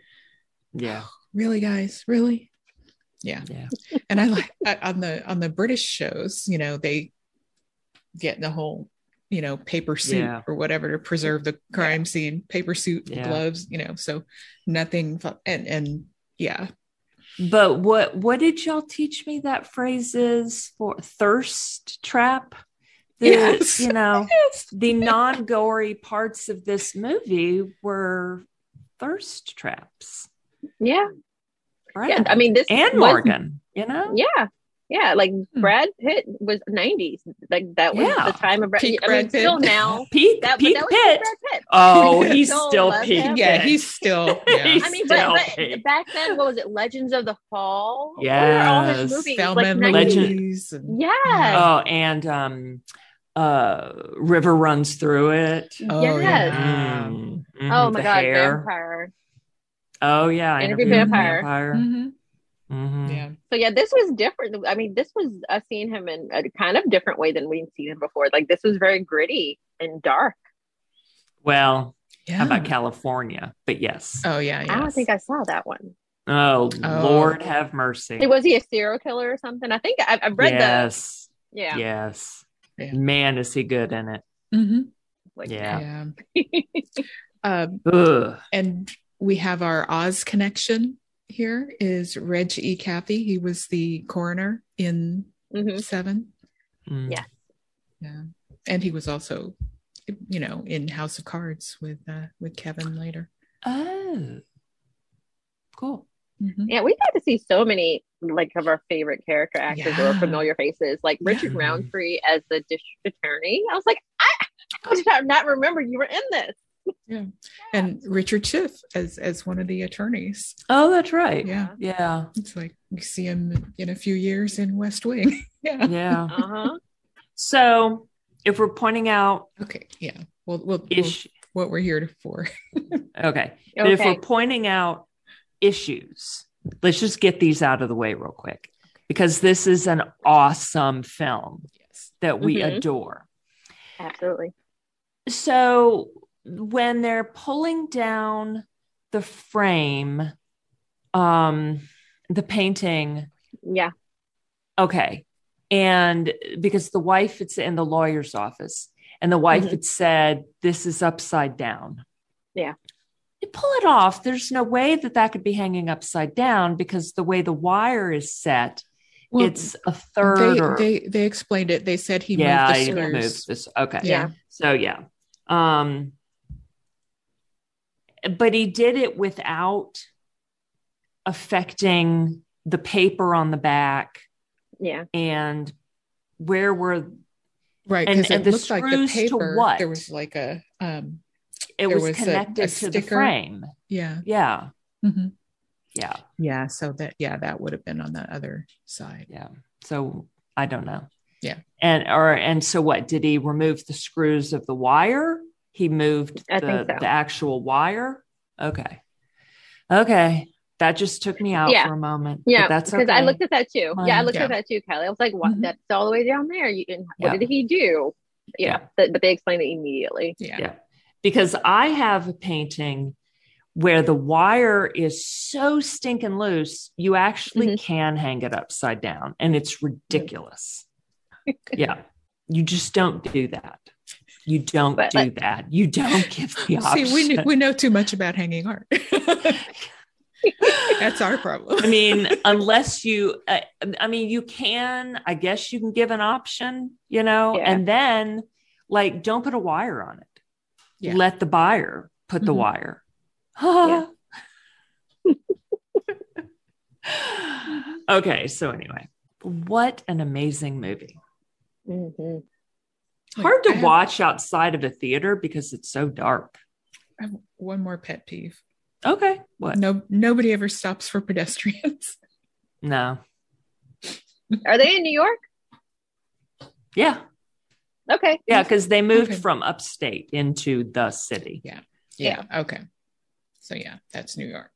Speaker 1: Yeah.
Speaker 3: really guys really
Speaker 1: [LAUGHS] Yeah.
Speaker 3: and i like [LAUGHS] I, on the on the british shows you know they get in the whole you know paper suit
Speaker 1: Yeah.
Speaker 3: or whatever to preserve the crime scene paper suit
Speaker 1: Yeah.
Speaker 3: gloves you know so nothing fu- and and yeah
Speaker 1: But what what did y'all teach me that phrase is for thirst trap? The,
Speaker 3: Yes.
Speaker 1: You know,
Speaker 3: yes
Speaker 1: the non-gory parts of this movie were thirst traps.
Speaker 2: Yeah.
Speaker 1: Right.
Speaker 2: Yeah. I mean, this
Speaker 1: and
Speaker 2: was-
Speaker 1: Morgan, you know?
Speaker 2: Yeah. Yeah. Like Brad Pitt was 90s. Like that was
Speaker 1: Hmm. Yeah.
Speaker 2: the time of Brad,
Speaker 3: Peak
Speaker 2: I mean,
Speaker 3: Brad Pitt.
Speaker 2: still
Speaker 3: [LAUGHS]
Speaker 2: now.
Speaker 1: Peak,
Speaker 2: That,
Speaker 1: peak
Speaker 2: that was
Speaker 1: pit.
Speaker 2: peak Brad Pitt.
Speaker 1: Oh, he's
Speaker 2: Still
Speaker 1: still
Speaker 2: love
Speaker 1: peak.
Speaker 2: him.
Speaker 3: yeah
Speaker 1: Pitt.
Speaker 3: he's still yeah.
Speaker 1: He's
Speaker 2: [LAUGHS] I mean, but,
Speaker 1: Still.
Speaker 2: but back then, what was it? Legends of the Fall. What were all
Speaker 1: Yes.
Speaker 2: his movies?
Speaker 3: Thelma
Speaker 2: like
Speaker 3: and
Speaker 2: 90s.
Speaker 1: Legend-
Speaker 3: Louise and-
Speaker 2: Yes.
Speaker 1: Oh, and um uh River runs through it.
Speaker 3: Oh,
Speaker 2: yes.
Speaker 3: yeah.
Speaker 1: Mm. Mhm,
Speaker 2: Oh my
Speaker 1: the
Speaker 2: God,
Speaker 1: hair.
Speaker 2: vampire.
Speaker 1: Oh yeah,
Speaker 2: Interview
Speaker 1: with a
Speaker 2: Vampire.
Speaker 3: Mhm.
Speaker 1: Mhm.
Speaker 3: yeah
Speaker 2: So yeah, this was different. I mean, this was us seeing him in a kind of different way than we'd seen him before. Like this was very gritty and dark.
Speaker 1: Well, how
Speaker 3: yeah
Speaker 1: about California? But yes.
Speaker 3: oh yeah
Speaker 2: I
Speaker 3: yeah
Speaker 2: don't think I saw that one.
Speaker 1: Oh,
Speaker 3: Oh.
Speaker 1: Lord have mercy.
Speaker 2: Hey, was he a serial killer or something? I think I, I've read that.
Speaker 1: yes.
Speaker 2: Yeah.
Speaker 1: Yes.
Speaker 3: Yeah.
Speaker 1: Man, is he good in it?
Speaker 3: Mhm.
Speaker 2: Like,
Speaker 1: Yeah.
Speaker 3: yeah. [LAUGHS] um
Speaker 1: Ugh.
Speaker 3: and we have our Oz connection here is Reg E. Cathy. He was the coroner in Mm-hmm.
Speaker 2: mhm.
Speaker 3: Seven.
Speaker 1: Mm.
Speaker 2: Yeah.
Speaker 3: Yeah. And he was also, you know, in House of Cards with uh, with Kevin later.
Speaker 1: Oh. Cool.
Speaker 3: Mhm.
Speaker 2: Yeah, we got to see so many like of our favorite character actors or
Speaker 3: Yeah.
Speaker 2: familiar faces, like
Speaker 3: Yeah.
Speaker 2: Richard Roundtree as the district attorney. I was like, I how did I not remember you were in this?
Speaker 3: And Richard Schiff as as one of the attorneys.
Speaker 1: Oh, that's right.
Speaker 3: Yeah.
Speaker 1: Yeah.
Speaker 3: It's like we see him in a few years in West Wing. [LAUGHS] yeah.
Speaker 1: Yeah.
Speaker 2: Uh huh.
Speaker 1: so if we're pointing out
Speaker 3: Okay. Yeah. Well, we'll, we'll
Speaker 1: ish
Speaker 3: what we're here for. [LAUGHS]
Speaker 1: okay. But if
Speaker 2: Okay.
Speaker 1: we're pointing out issues, let's just get these out of the way real quick because this is an awesome film
Speaker 3: Yes.
Speaker 1: that we
Speaker 2: Mhm.
Speaker 1: adore.
Speaker 2: Absolutely.
Speaker 1: So when they're pulling down the frame, um, the painting,
Speaker 2: Yeah.
Speaker 1: okay, and because the wife, it's in the lawyer's office, and the wife
Speaker 3: Mm-hmm.
Speaker 2: Mhm.
Speaker 1: had said, "This is upside down."
Speaker 2: Yeah.
Speaker 1: You pull it off. There's no way that that could be hanging upside down because the way the wire is set,
Speaker 3: Well,
Speaker 1: it's a third.
Speaker 3: they,
Speaker 1: or,
Speaker 3: they they explained it. They said he
Speaker 1: yeah,
Speaker 3: moved the
Speaker 1: I
Speaker 3: squares.
Speaker 1: moved this. Okay.
Speaker 2: Yeah.
Speaker 1: So yeah. Um but he did it without affecting the paper on the back
Speaker 2: Yeah.
Speaker 1: and where were
Speaker 3: right
Speaker 1: And-
Speaker 3: because it
Speaker 1: and the
Speaker 3: looked like the
Speaker 1: screws to
Speaker 3: paper
Speaker 1: what?
Speaker 3: there was like a um
Speaker 1: it
Speaker 3: There
Speaker 1: was,
Speaker 3: was a- a
Speaker 1: connected to the
Speaker 3: sticker.
Speaker 1: frame.
Speaker 3: yeah
Speaker 1: Yeah.
Speaker 3: Mhm.
Speaker 1: Yeah.
Speaker 3: yeah so that yeah that would have been on the other side
Speaker 1: Yeah. So I don't know.
Speaker 3: Yeah.
Speaker 1: And or and so what? Did he remove the screws of the wire? He moved
Speaker 2: I
Speaker 1: the,
Speaker 2: think so.
Speaker 1: the actual wire. Okay. Okay. That just took me out
Speaker 2: Yeah.
Speaker 1: for a moment. but
Speaker 2: Yeah,
Speaker 1: that's
Speaker 2: because I
Speaker 1: okay.
Speaker 2: looked at that too.
Speaker 1: Fine.
Speaker 2: Yeah, I looked
Speaker 3: Yeah.
Speaker 2: at that too, Kelly. I was like, "What?
Speaker 3: Mhm.
Speaker 2: That's all the way down there. You didn't,
Speaker 1: Yeah.
Speaker 2: What did he do?" Yeah,
Speaker 1: Yeah.
Speaker 2: But- but they explained it immediately.
Speaker 3: yeah
Speaker 1: Yeah. because I have a painting where the wire is so stinking loose, you actually
Speaker 3: Mm-hmm.
Speaker 1: can hang it upside down and it's
Speaker 3: [LAUGHS]
Speaker 1: ridiculous. yeah. You just don't do that. You don't
Speaker 2: But,
Speaker 1: do
Speaker 2: like-
Speaker 1: that. You don't give the option.
Speaker 3: [LAUGHS] see we, kn- we know too much about
Speaker 1: [LAUGHS]
Speaker 3: hanging art that's our problem
Speaker 1: I mean, unless you, uh, I mean, you can, I guess you can give an option, you know,
Speaker 2: Yeah.
Speaker 1: and then like don't put a wire on it.
Speaker 3: Yeah. Mm-hmm.
Speaker 1: Let the buyer put the
Speaker 3: Mhm.
Speaker 1: wire. [LAUGHS] okay. So, anyway, what an amazing movie.
Speaker 2: hmm
Speaker 3: Like,
Speaker 1: Hard
Speaker 3: Oh, I
Speaker 1: to
Speaker 3: have-
Speaker 1: watch outside of a theater because it's so dark.
Speaker 3: I have one more pet peeve
Speaker 1: Okay. What?
Speaker 3: no nobody ever stops for pedestrians
Speaker 1: No.
Speaker 2: Are they in New York?
Speaker 1: Yeah.
Speaker 2: Okay. [LAUGHS]
Speaker 1: Yeah. Because they moved
Speaker 3: Okay.
Speaker 1: from upstate into the city.
Speaker 3: [LAUGHS] yeah. okay so yeah that's new york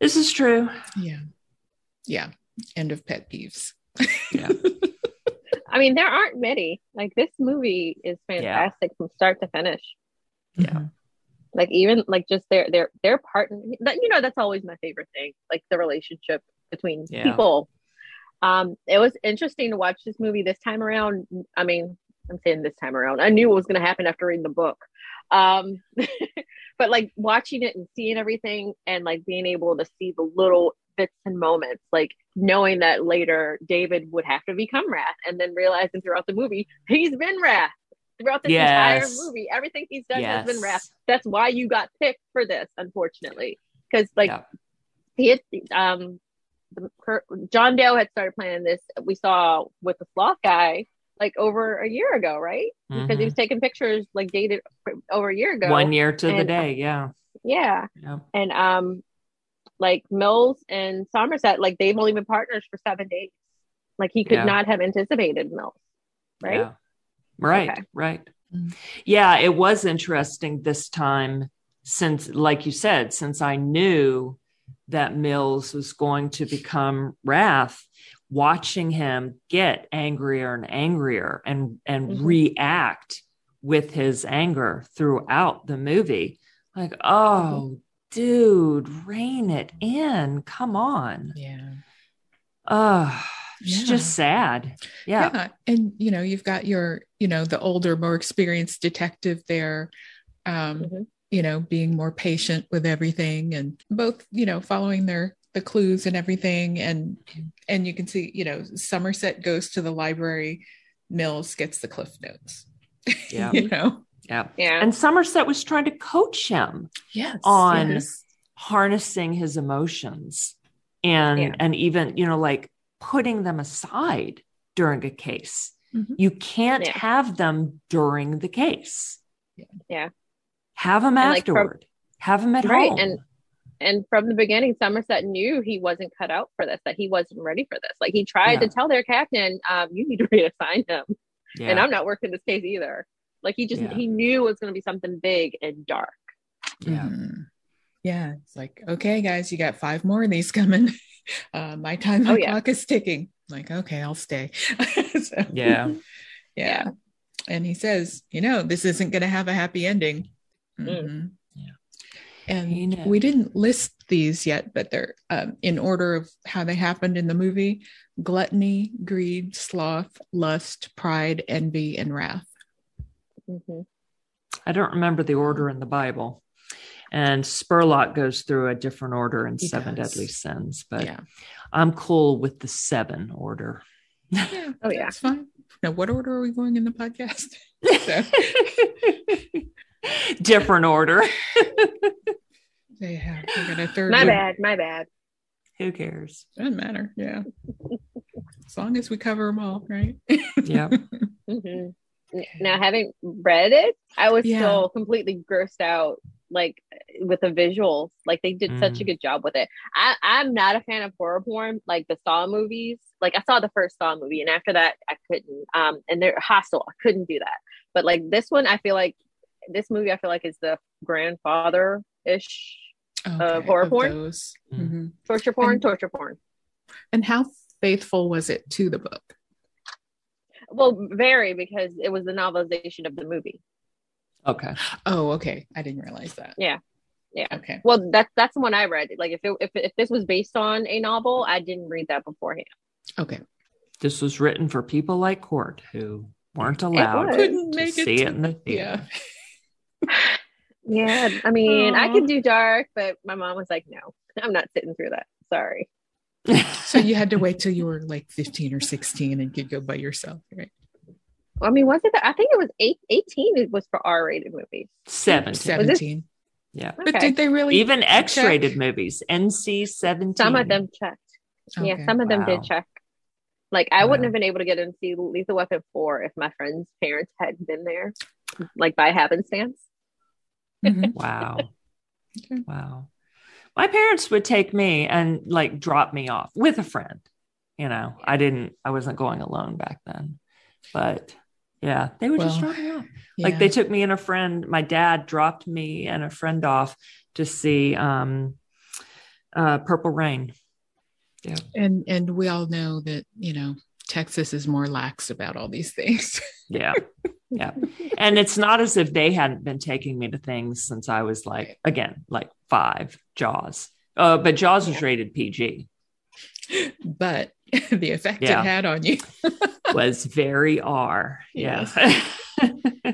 Speaker 1: This is true.
Speaker 3: yeah yeah end of pet peeves
Speaker 2: I mean, there aren't many. Like this movie is fantastic from start to finish.
Speaker 1: Yeah.
Speaker 2: like even like just their their their partner that you know that's always my favorite thing like the relationship between
Speaker 1: Yeah.
Speaker 2: people um it was interesting to watch this movie this time around i mean i'm saying this time around i knew what was going to happen after reading the book um [LAUGHS] but like watching it and seeing everything and like being able to see the little bits and moments like knowing that later david would have to become wrath and then realizing throughout the movie he's been wrath throughout this
Speaker 1: Yes.
Speaker 2: entire movie everything he's done has been wrath
Speaker 1: yes.
Speaker 2: that's why you got picked for this, unfortunately, because like
Speaker 1: Yeah.
Speaker 2: he had um, the, her, John Dale had started playing this. We saw with the sloth guy like over a year ago, right? Because he was taking pictures like dated over a year ago.
Speaker 1: Mhm. Mm-hmm. One year to the
Speaker 2: and-
Speaker 1: day. Yeah.
Speaker 2: yeah,
Speaker 1: Yeah.
Speaker 2: and um, like Mills and Somerset, like they've only been partners for seven days. Like he could
Speaker 1: Yeah.
Speaker 2: not have anticipated Mills, right?
Speaker 1: Yeah. Right,
Speaker 2: Okay.
Speaker 1: right.
Speaker 3: Mm.
Speaker 1: Yeah, it was interesting this time since, like you said, since I knew that Mills was going to become Wrath, watching him get angrier and angrier and and
Speaker 2: Mhm.
Speaker 1: react with his anger throughout the movie. Like,
Speaker 2: Mm-hmm.
Speaker 1: oh, dude, rein it in. Come on.
Speaker 3: Yeah.
Speaker 1: Oh, it's
Speaker 3: Yeah.
Speaker 1: just sad. Yeah.
Speaker 3: yeah and you know you've got your you know the older more experienced detective there um
Speaker 1: Mm-hmm.
Speaker 2: Mhm.
Speaker 3: you know being more patient with everything and both you know following their the clues and everything and and you can see you know somerset goes to the library mills gets the cliff notes
Speaker 2: [LAUGHS]
Speaker 1: Yeah.
Speaker 3: [LAUGHS] you know
Speaker 1: yeah.
Speaker 2: Yeah,
Speaker 1: And Somerset was trying to coach him.
Speaker 3: yes
Speaker 1: On-
Speaker 3: yes.
Speaker 1: harnessing his emotions and
Speaker 2: Yeah.
Speaker 1: and even you know like putting them aside during a case
Speaker 3: Mhm.
Speaker 1: you can't
Speaker 2: Mm-hmm. Yeah.
Speaker 1: have them during the case
Speaker 3: Yeah.
Speaker 2: Yeah.
Speaker 1: have them
Speaker 2: And, like, from-
Speaker 1: afterward have them at
Speaker 2: Right,
Speaker 1: home
Speaker 2: and- and from the beginning somerset knew he wasn't cut out for this that he wasn't ready for this like he tried to
Speaker 1: Yeah.
Speaker 2: tell their captain um, you need to [LAUGHS] reassign him
Speaker 1: yeah.
Speaker 2: and i'm not working this case either like he just
Speaker 1: Yeah.
Speaker 2: he knew it was going to be something big and dark
Speaker 1: yeah
Speaker 3: Mhm. yeah it's like okay guys you got five more of these coming [LAUGHS] uh my time
Speaker 2: Oh,
Speaker 3: my
Speaker 2: yeah.
Speaker 3: clock is ticking like okay i'll stay [LAUGHS] So-
Speaker 1: yeah
Speaker 3: Yeah. And he says, you know, this isn't going to have a happy ending.
Speaker 2: Mm.
Speaker 3: Mhm.
Speaker 1: Yeah.
Speaker 3: And
Speaker 1: Ain't it?
Speaker 3: we didn't list these yet, but they're um, in order of how they happened in the movie gluttony, greed, sloth, lust, pride, envy, and wrath.
Speaker 2: Mhm.
Speaker 1: i don't remember the order in the bible and spurlock goes through a different order in
Speaker 3: He
Speaker 1: seven
Speaker 3: does.
Speaker 1: deadly sins but
Speaker 3: yeah.
Speaker 1: i'm cool with the seven order
Speaker 3: Yeah.
Speaker 2: Oh, yeah.
Speaker 3: That's fine. Now, what order are we going in the podcast?
Speaker 2: [LAUGHS]
Speaker 3: So-
Speaker 1: different [LAUGHS] order
Speaker 3: they have they got a third.
Speaker 2: my
Speaker 3: one.
Speaker 2: bad my bad
Speaker 1: who cares
Speaker 3: Doesn't matter. Yeah. as long as we cover them all, right?
Speaker 1: yeah
Speaker 2: hmm now having read it i was
Speaker 3: Yeah.
Speaker 2: still completely grossed out like with the visuals like they did
Speaker 3: Mm.
Speaker 2: such a good job with it i i'm not a fan of horror porn like the saw movies like i saw the first saw movie and after that i couldn't um and they're hostile i couldn't do that but like this one i feel like this movie i feel like is the grandfather ish
Speaker 3: Okay,
Speaker 2: Uh, horror porn?
Speaker 3: those.
Speaker 1: Mm.
Speaker 3: Mhm.
Speaker 2: torture porn
Speaker 3: And-
Speaker 2: torture porn
Speaker 3: And how faithful was it to the book?
Speaker 2: well very because it was the novelization of the movie
Speaker 1: okay
Speaker 3: Oh, okay. I didn't realize that.
Speaker 2: Yeah. Yeah.
Speaker 3: Okay.
Speaker 2: Well, that's that's the one I read. Like if it, if if this was based on a novel, I didn't read that beforehand.
Speaker 3: Okay.
Speaker 1: this was written for people like court who weren't allowed
Speaker 2: was.
Speaker 1: to
Speaker 3: Couldn't make it.
Speaker 1: see
Speaker 3: to-
Speaker 1: it in the theater
Speaker 3: yeah.
Speaker 2: Yeah, I mean, I
Speaker 3: Aw.
Speaker 2: could do dark, but my mom was like, "No, I'm not sitting through that. Sorry."
Speaker 3: So you had to wait till you were like 15 or 16 and could go by yourself, right?
Speaker 2: I mean, was it? That? I think it was eight, 18 It was for R-rated movies.
Speaker 1: 17
Speaker 3: 17.
Speaker 1: yeah
Speaker 2: Okay.
Speaker 3: But did they really?
Speaker 1: even x-rated movies nc 17
Speaker 2: some of them checked. Yeah,
Speaker 3: Okay.
Speaker 2: some of them
Speaker 1: Wow.
Speaker 2: did check. Like I wouldn't
Speaker 1: Wow.
Speaker 2: have been able to get in to see Lethal Weapon four if my friend's parents had been there, like by happenstance.
Speaker 3: Mhm.
Speaker 1: wow
Speaker 3: Okay.
Speaker 1: wow my parents would take me and like drop me off with a friend you know i didn't i wasn't going alone back then but yeah they would just
Speaker 3: Well,
Speaker 1: drop me off like they
Speaker 3: Yeah.
Speaker 1: took me and a friend my dad dropped me and a friend off to see um uh purple rain
Speaker 3: and and we all know that, you know, Texas is more lax about all these things. [LAUGHS]
Speaker 2: [LAUGHS]
Speaker 1: Yeah. Yeah. And it's not as if they hadn't been taking me to things since I was like, again, like five, Jaws. Uh, but Jaws was rated PG.
Speaker 3: but [LAUGHS] the effect
Speaker 1: Yeah.
Speaker 3: it had on you.
Speaker 1: Was very R. Yeah. [LAUGHS]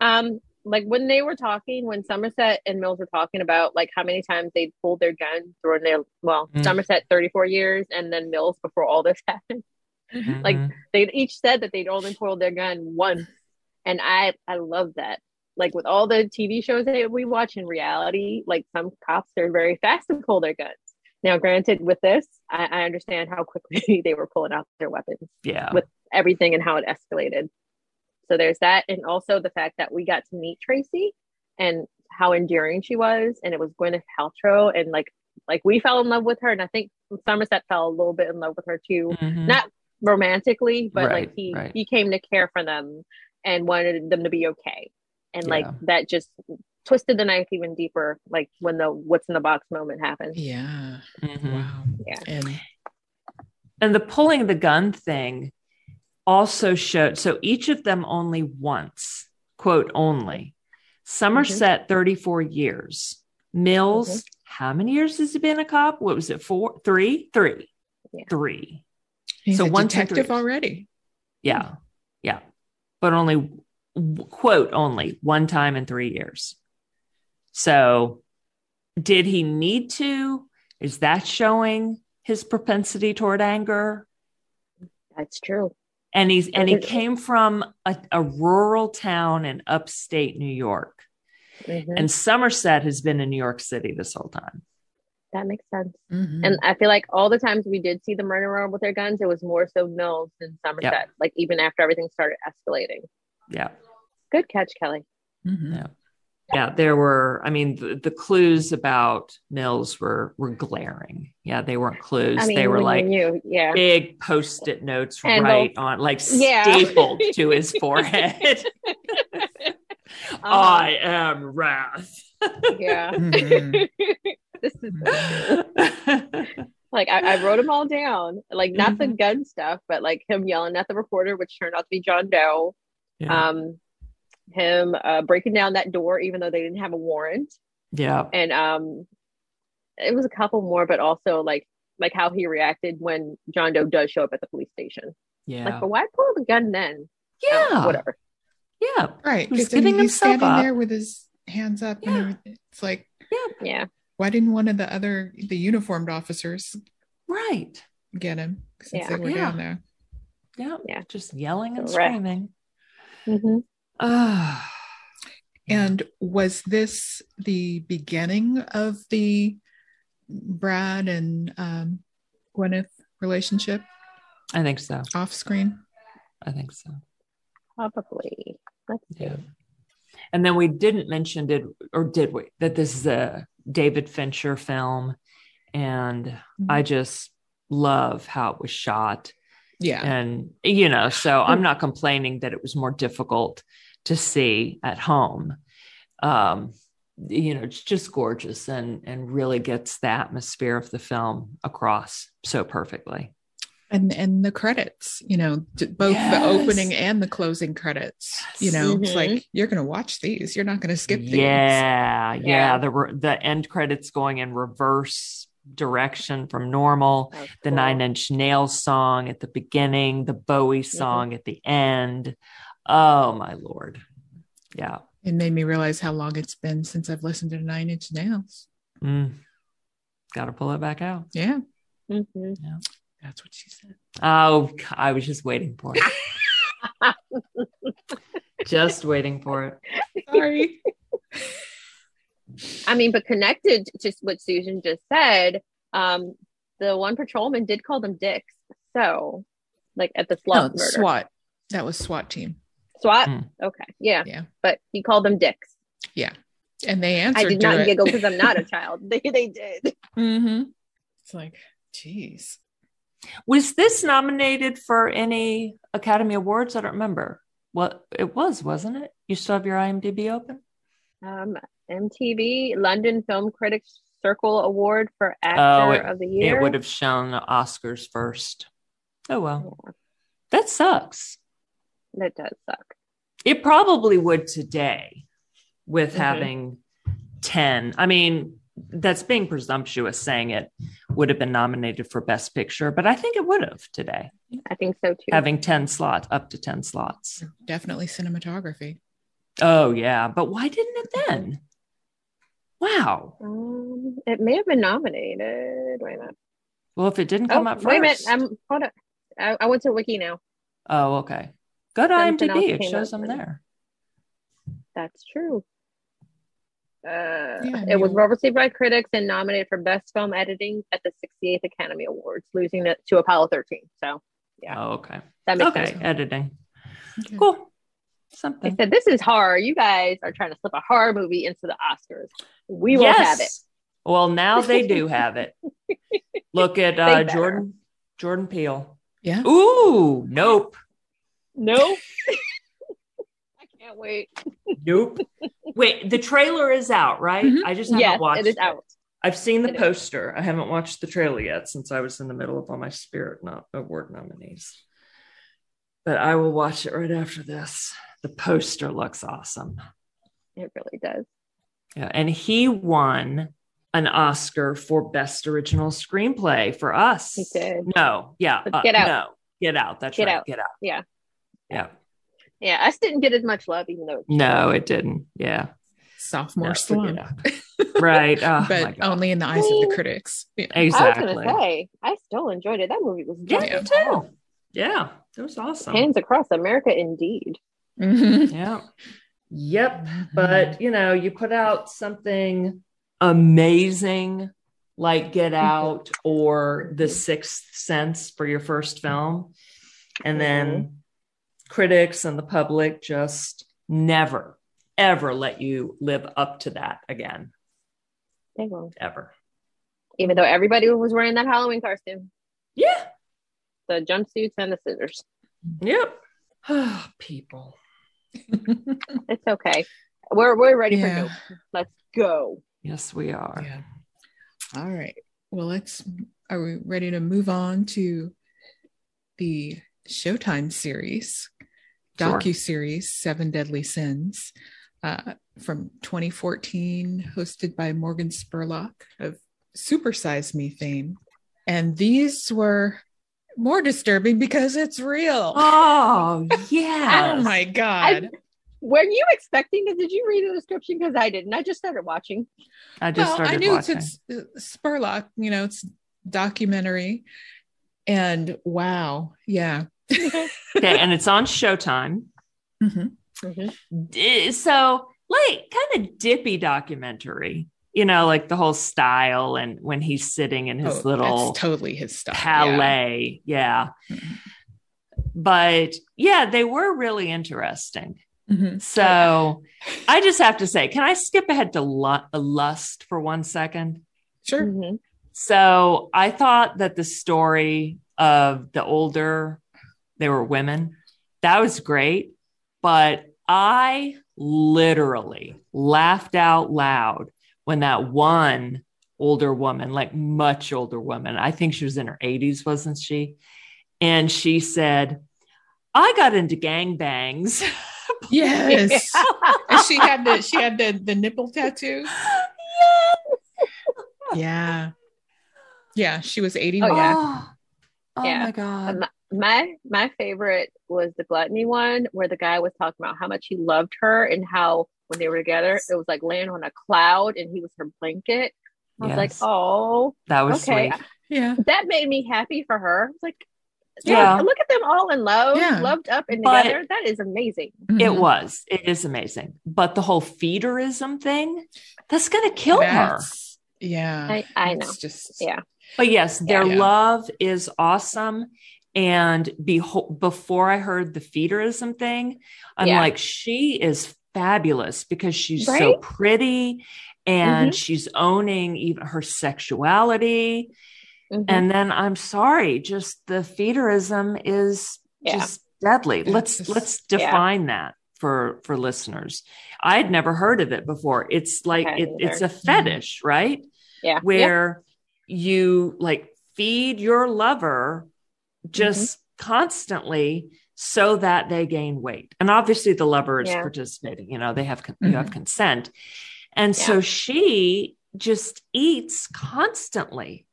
Speaker 2: Um, like when they were talking, when Somerset and Mills were talking about like how many times they pulled their gun during their well,
Speaker 1: Mm.
Speaker 2: Somerset thirty four years, and then Mills before all this happened. [LAUGHS] Like
Speaker 1: Mhm.
Speaker 2: They each said that they'd only pulled their gun once, and I I love that. Like with all the TV shows that we watch in reality, like some cops are very fast to pull their guns. Now, granted, with this, I, I understand how quickly [LAUGHS] they were pulling out their weapons
Speaker 1: yeah.
Speaker 2: with- everything and how it escalated. So there's that. And also the fact that we got to meet Tracy and how endearing she was. And it was Gwyneth Paltrow. And like, like we fell in love with her. And I think Somerset fell a little bit in love with her too,
Speaker 1: Mhm.
Speaker 2: not romantically, but
Speaker 1: Right,
Speaker 2: like he,
Speaker 1: right.
Speaker 2: he came to care for them and wanted them to be okay. And like
Speaker 1: Yeah.
Speaker 2: that just twisted the knife even deeper. Like when the what's in the box moment happened.
Speaker 3: Yeah.
Speaker 1: Mhm.
Speaker 3: Wow.
Speaker 2: Yeah.
Speaker 3: And
Speaker 1: and the pulling the gun thing also showed so each of them only once quote only somerset 34 years mills how many years has he been a cop what was it four three three
Speaker 2: Yeah.
Speaker 1: three
Speaker 3: he's
Speaker 1: So
Speaker 3: a
Speaker 1: one, two,
Speaker 3: detective
Speaker 1: three.
Speaker 3: already.
Speaker 1: yeah yeah but only quote only one time in three years so did he need to is that showing his propensity toward anger
Speaker 2: That's true.
Speaker 1: and he's and he
Speaker 2: Okay.
Speaker 1: came from a, a rural town in upstate New York,
Speaker 2: Mhm.
Speaker 1: and Somerset has been in New York City this whole time.
Speaker 2: That makes sense.
Speaker 3: Mhm.
Speaker 2: And I feel like all the times we did see them running around with their guns, it was more so Mills than Somerset. Like even after everything started escalating.
Speaker 1: Yeah,
Speaker 2: Good catch, Kelly.
Speaker 1: [LAUGHS]
Speaker 3: Mhm.
Speaker 1: yeah. There were, I mean, the, the clues about Mills were were glaring. Yeah, they weren't clues.
Speaker 2: I mean,
Speaker 1: they were
Speaker 2: when
Speaker 1: like
Speaker 2: you, yeah, [LAUGHS]
Speaker 1: big post-it notes
Speaker 2: And
Speaker 1: right on, like
Speaker 2: [LAUGHS] Yeah.
Speaker 1: stapled to
Speaker 2: [LAUGHS]
Speaker 1: his forehead.
Speaker 2: Uh-huh.
Speaker 1: I am wrath.
Speaker 2: Um,
Speaker 1: [LAUGHS]
Speaker 3: [LAUGHS]
Speaker 2: yeah.
Speaker 3: Mhm.
Speaker 2: this is like I, I wrote them all down. Like not the gun stuff, but like him yelling at the reporter, which turned out to be John Doe.
Speaker 1: yeah.
Speaker 2: Um, him uh, breaking down that door, even though they didn't have a warrant.
Speaker 1: yeah.
Speaker 2: and um it was a couple more but also like like how he reacted when john doe does show up at the police station
Speaker 1: Yeah.
Speaker 2: like but why pull the gun then
Speaker 1: yeah.
Speaker 2: Uh, whatever
Speaker 1: Yeah.
Speaker 3: Right.
Speaker 1: He was
Speaker 3: Because then
Speaker 1: giving
Speaker 3: he's
Speaker 1: himself
Speaker 3: standing
Speaker 1: up.
Speaker 3: there with his hands up
Speaker 1: Yeah.
Speaker 3: and everything. It's like,
Speaker 2: yeah
Speaker 3: why didn't one of the other the uniformed officers
Speaker 1: Right.
Speaker 3: get him? Since
Speaker 2: Yeah.
Speaker 3: they were
Speaker 1: Yeah.
Speaker 3: down there.
Speaker 1: Yeah.
Speaker 2: Yeah.
Speaker 1: Just yelling and
Speaker 2: Correct.
Speaker 1: screaming.
Speaker 2: hmm
Speaker 1: [SIGHS] Ah.
Speaker 3: And was this the beginning of the Brad and um, Gwyneth relationship
Speaker 1: I think so.
Speaker 3: off screen?
Speaker 1: I think so.
Speaker 2: probably let's see
Speaker 1: Yeah. And then we didn't mention did or did we that this is a David Fincher film and I just love how it was shot
Speaker 3: Yeah.
Speaker 1: and you know so I'm not complaining that it was more difficult to see at home. Um you know it's just gorgeous and and really gets the atmosphere of the film across so perfectly.
Speaker 3: And and the credits, you know, d- both
Speaker 1: Yes.
Speaker 3: the opening and the closing credits. You
Speaker 1: Yes.
Speaker 3: know, it's
Speaker 2: Mhm.
Speaker 3: like you're gonna watch these. You're not gonna skip these.
Speaker 1: yeah, yeah,
Speaker 2: Yeah.
Speaker 1: The re- the end credits going in reverse direction from normal.
Speaker 2: That was
Speaker 1: The
Speaker 2: cool.
Speaker 1: Nine Inch Nails song at the beginning. The Bowie
Speaker 2: Mm-hmm.
Speaker 1: song at the end. Oh my lord! Yeah.
Speaker 3: It made me realize how long it's been since I've listened to Nine Inch Nails.
Speaker 1: Mm. Got to pull it back out.
Speaker 3: Yeah,
Speaker 2: Mhm.
Speaker 3: that's what she said.
Speaker 1: Oh, I was just waiting for it.
Speaker 2: [LAUGHS]
Speaker 1: just waiting for it.
Speaker 3: Sorry.
Speaker 2: i mean but connected to what susan just said um the one patrolman did call them dicks so like at the
Speaker 3: no,
Speaker 2: slum murder
Speaker 3: SWAT. That was SWAT team.
Speaker 2: swat
Speaker 1: Mm.
Speaker 2: okay yeah
Speaker 3: Yeah.
Speaker 2: but he called them dicks
Speaker 3: And they answered.
Speaker 2: i did
Speaker 3: to
Speaker 2: not
Speaker 3: it.
Speaker 2: giggle because i'm not a child [LAUGHS] they, they did Mm-hmm.
Speaker 3: hmm [LAUGHS] It's like, geez.
Speaker 1: Was this nominated for any Academy Awards? I don't remember. Well, it was, wasn't it? You still have your IMDb open?
Speaker 2: Um, MTV London Film Critics Circle Award for Actor
Speaker 1: Oh, it-
Speaker 2: of the
Speaker 1: It
Speaker 2: Year.
Speaker 1: would have shown the Oscars first. Oh well. That sucks.
Speaker 2: That does suck.
Speaker 1: It probably would today with
Speaker 2: Mhm.
Speaker 1: having 10. I mean, that's being presumptuous saying it would have been nominated for Best Picture, but I think it would have today,
Speaker 2: I think so too.
Speaker 1: having 10 slots, up to 10 slots.
Speaker 3: Definitely cinematography.
Speaker 1: Oh, yeah. But why didn't it then? Wow.
Speaker 2: um, it may have been nominated. Wait a minute.
Speaker 1: Well, if it didn't
Speaker 2: Oh,
Speaker 1: come up first.
Speaker 2: wait a minute. I'm hold on. I, I went to Wiki now.
Speaker 1: oh, okay. Go to
Speaker 2: Something else
Speaker 1: IMDb. It
Speaker 2: came
Speaker 1: shows them
Speaker 2: up with it.
Speaker 1: there.
Speaker 2: That's true. Uh,
Speaker 3: I
Speaker 2: it was
Speaker 3: mean-
Speaker 2: well received by critics and nominated for Best Film Editing at the 68th Academy Awards, losing it to Apollo 13. So Yeah.
Speaker 1: Oh, okay.
Speaker 2: that makes
Speaker 1: Okay.
Speaker 2: sense. Hmm.
Speaker 1: Editing.
Speaker 3: Okay.
Speaker 1: Cool.
Speaker 2: They
Speaker 1: Something.
Speaker 2: said, This is horror. You guys are trying to slip a horror movie into the Oscars. We will have it.
Speaker 1: Well, now they
Speaker 2: [LAUGHS]
Speaker 1: do have it. Look at uh,
Speaker 2: better.
Speaker 1: Jordan Jordan Peele.
Speaker 3: Yeah.
Speaker 1: Ooh, nope,
Speaker 2: No. I can't wait.
Speaker 1: nope. Wait, the trailer is out, right?
Speaker 3: Mhm.
Speaker 1: I just haven't
Speaker 2: Yes,
Speaker 1: watched
Speaker 2: it is out.
Speaker 1: I've seen the
Speaker 2: It is.
Speaker 1: poster. I haven't watched the trailer yet since I was in the middle of all my Spirit no- Award nominees. But I will watch it right after this. The poster looks awesome.
Speaker 2: It really does.
Speaker 1: Yeah, and he won an Oscar for Best Original Screenplay for us.
Speaker 2: He did.
Speaker 1: No, yeah, uh,
Speaker 2: But Get Out.
Speaker 1: No, get out. That's
Speaker 2: Get
Speaker 1: right.
Speaker 2: Out.
Speaker 1: Get out.
Speaker 2: Yeah.
Speaker 1: yeah.
Speaker 2: Yeah, us didn't get as much love, even though
Speaker 1: No, it didn't. Yeah,
Speaker 3: Sophomore
Speaker 1: No, forget
Speaker 3: slump.
Speaker 1: it.
Speaker 2: [LAUGHS]
Speaker 1: right? Oh, my
Speaker 3: but
Speaker 1: God.
Speaker 3: only in the eyes of the critics. [LAUGHS] Yeah.
Speaker 1: exactly.
Speaker 2: I was gonna say I still enjoyed it. That movie was
Speaker 1: yeah,
Speaker 2: good.
Speaker 1: me too. Yeah, that was awesome.
Speaker 2: hands across America, indeed.
Speaker 3: Mhm.
Speaker 1: yeah. Yep. But you know, you put out something Mm-hmm. amazing like Get Out or The Sixth Sense for your first film, and then critics and the public just never, ever let you live up to that again,
Speaker 2: They won't.
Speaker 1: ever.
Speaker 2: Even though everybody was wearing that Halloween costume,
Speaker 1: Yeah.
Speaker 2: the jumpsuits and the scissors.
Speaker 1: Yep. Ah, people.
Speaker 2: It's okay. We're we're ready for
Speaker 3: Yeah.
Speaker 2: Nope. Let's go.
Speaker 1: Yes, we are.
Speaker 3: Yeah. All right. Well, let's. Are we ready to move on to the Showtime series,
Speaker 1: Sure.
Speaker 3: docu series Seven Deadly Sins, uh, from 2014, hosted by Morgan Spurlock of Super Size Me fame, and these were more disturbing because it's real.
Speaker 1: [LAUGHS] Oh, yeah.
Speaker 3: Oh my god!
Speaker 2: Were you expecting this? Did you read the description? Because I didn't. I just started watching.
Speaker 1: I just
Speaker 3: well,
Speaker 1: started
Speaker 3: I knew
Speaker 1: watching.
Speaker 3: it's it's Spurlock, you know, it's documentary. And wow, yeah.
Speaker 1: okay, and it's on Showtime.
Speaker 3: Mhm.
Speaker 2: Mhm.
Speaker 1: D- so like kind of dippy documentary you know like the whole style and when he's sitting in his
Speaker 3: Oh,
Speaker 1: little
Speaker 3: that's totally his style. yeah.
Speaker 1: palais yeah,
Speaker 3: Mhm.
Speaker 1: but yeah they were really interesting
Speaker 3: Mhm.
Speaker 1: so i just have to say can i skip ahead to lu- lust for one second
Speaker 3: Sure.
Speaker 2: Mhm.
Speaker 1: so i thought that the story of the older they were women that was great but i literally laughed out loud when that one older woman like much older woman i think she was in her 80s wasn't she and she said i got into gangbangs
Speaker 3: [LAUGHS]
Speaker 1: [LAUGHS]
Speaker 2: [LAUGHS]
Speaker 3: Yes. [LAUGHS] and she had the she had the the nipple tattoo. Yeah. Yeah, she was 81.
Speaker 2: Oh, yeah.
Speaker 1: oh, oh
Speaker 2: Yeah.
Speaker 1: my god
Speaker 2: My my favorite was the gluttony one, where the guy was talking about how much he loved her and how when they were together, it was like laying on a cloud and he was her blanket. I was like,
Speaker 1: Yes.
Speaker 2: oh,
Speaker 1: that was
Speaker 2: okay.
Speaker 1: sweet
Speaker 3: Yeah.
Speaker 2: that made me happy for her. I was Like,
Speaker 1: Yeah.
Speaker 2: yeah, look at them all in love,
Speaker 3: Yeah.
Speaker 2: loved up and
Speaker 1: But-
Speaker 2: together. That is amazing.
Speaker 1: It
Speaker 3: Mhm.
Speaker 1: was. It is amazing. But the whole feederism thing, that's going to kill her.
Speaker 3: That's- Yeah.
Speaker 2: I, I know.
Speaker 3: It's just
Speaker 2: Yeah.
Speaker 1: But yes, their
Speaker 3: Yeah.
Speaker 1: love is awesome. And beho- before I heard the feederism thing, I'm
Speaker 2: Yeah.
Speaker 1: like, she is fabulous because she's so
Speaker 2: Right?
Speaker 1: pretty and she's owning even her sexuality.
Speaker 2: Mhm.
Speaker 1: And then I'm sorry, just the feederism is
Speaker 2: Yeah.
Speaker 1: just deadly.
Speaker 3: It's
Speaker 1: Let's
Speaker 3: just-
Speaker 1: let's
Speaker 2: Yeah.
Speaker 1: define that for for listeners. I had never heard of it before. It's like
Speaker 2: hadn't
Speaker 1: it, it's
Speaker 2: either.
Speaker 1: a fetish, right?
Speaker 2: yeah.
Speaker 1: Where you like feed your lover just
Speaker 2: Mm-hmm.
Speaker 1: constantly so that they gain weight. And obviously the lover is
Speaker 2: Yeah.
Speaker 1: participating, you know, they have con-
Speaker 3: Mhm.
Speaker 1: you have consent. And
Speaker 2: Yeah.
Speaker 1: so she just eats constantly.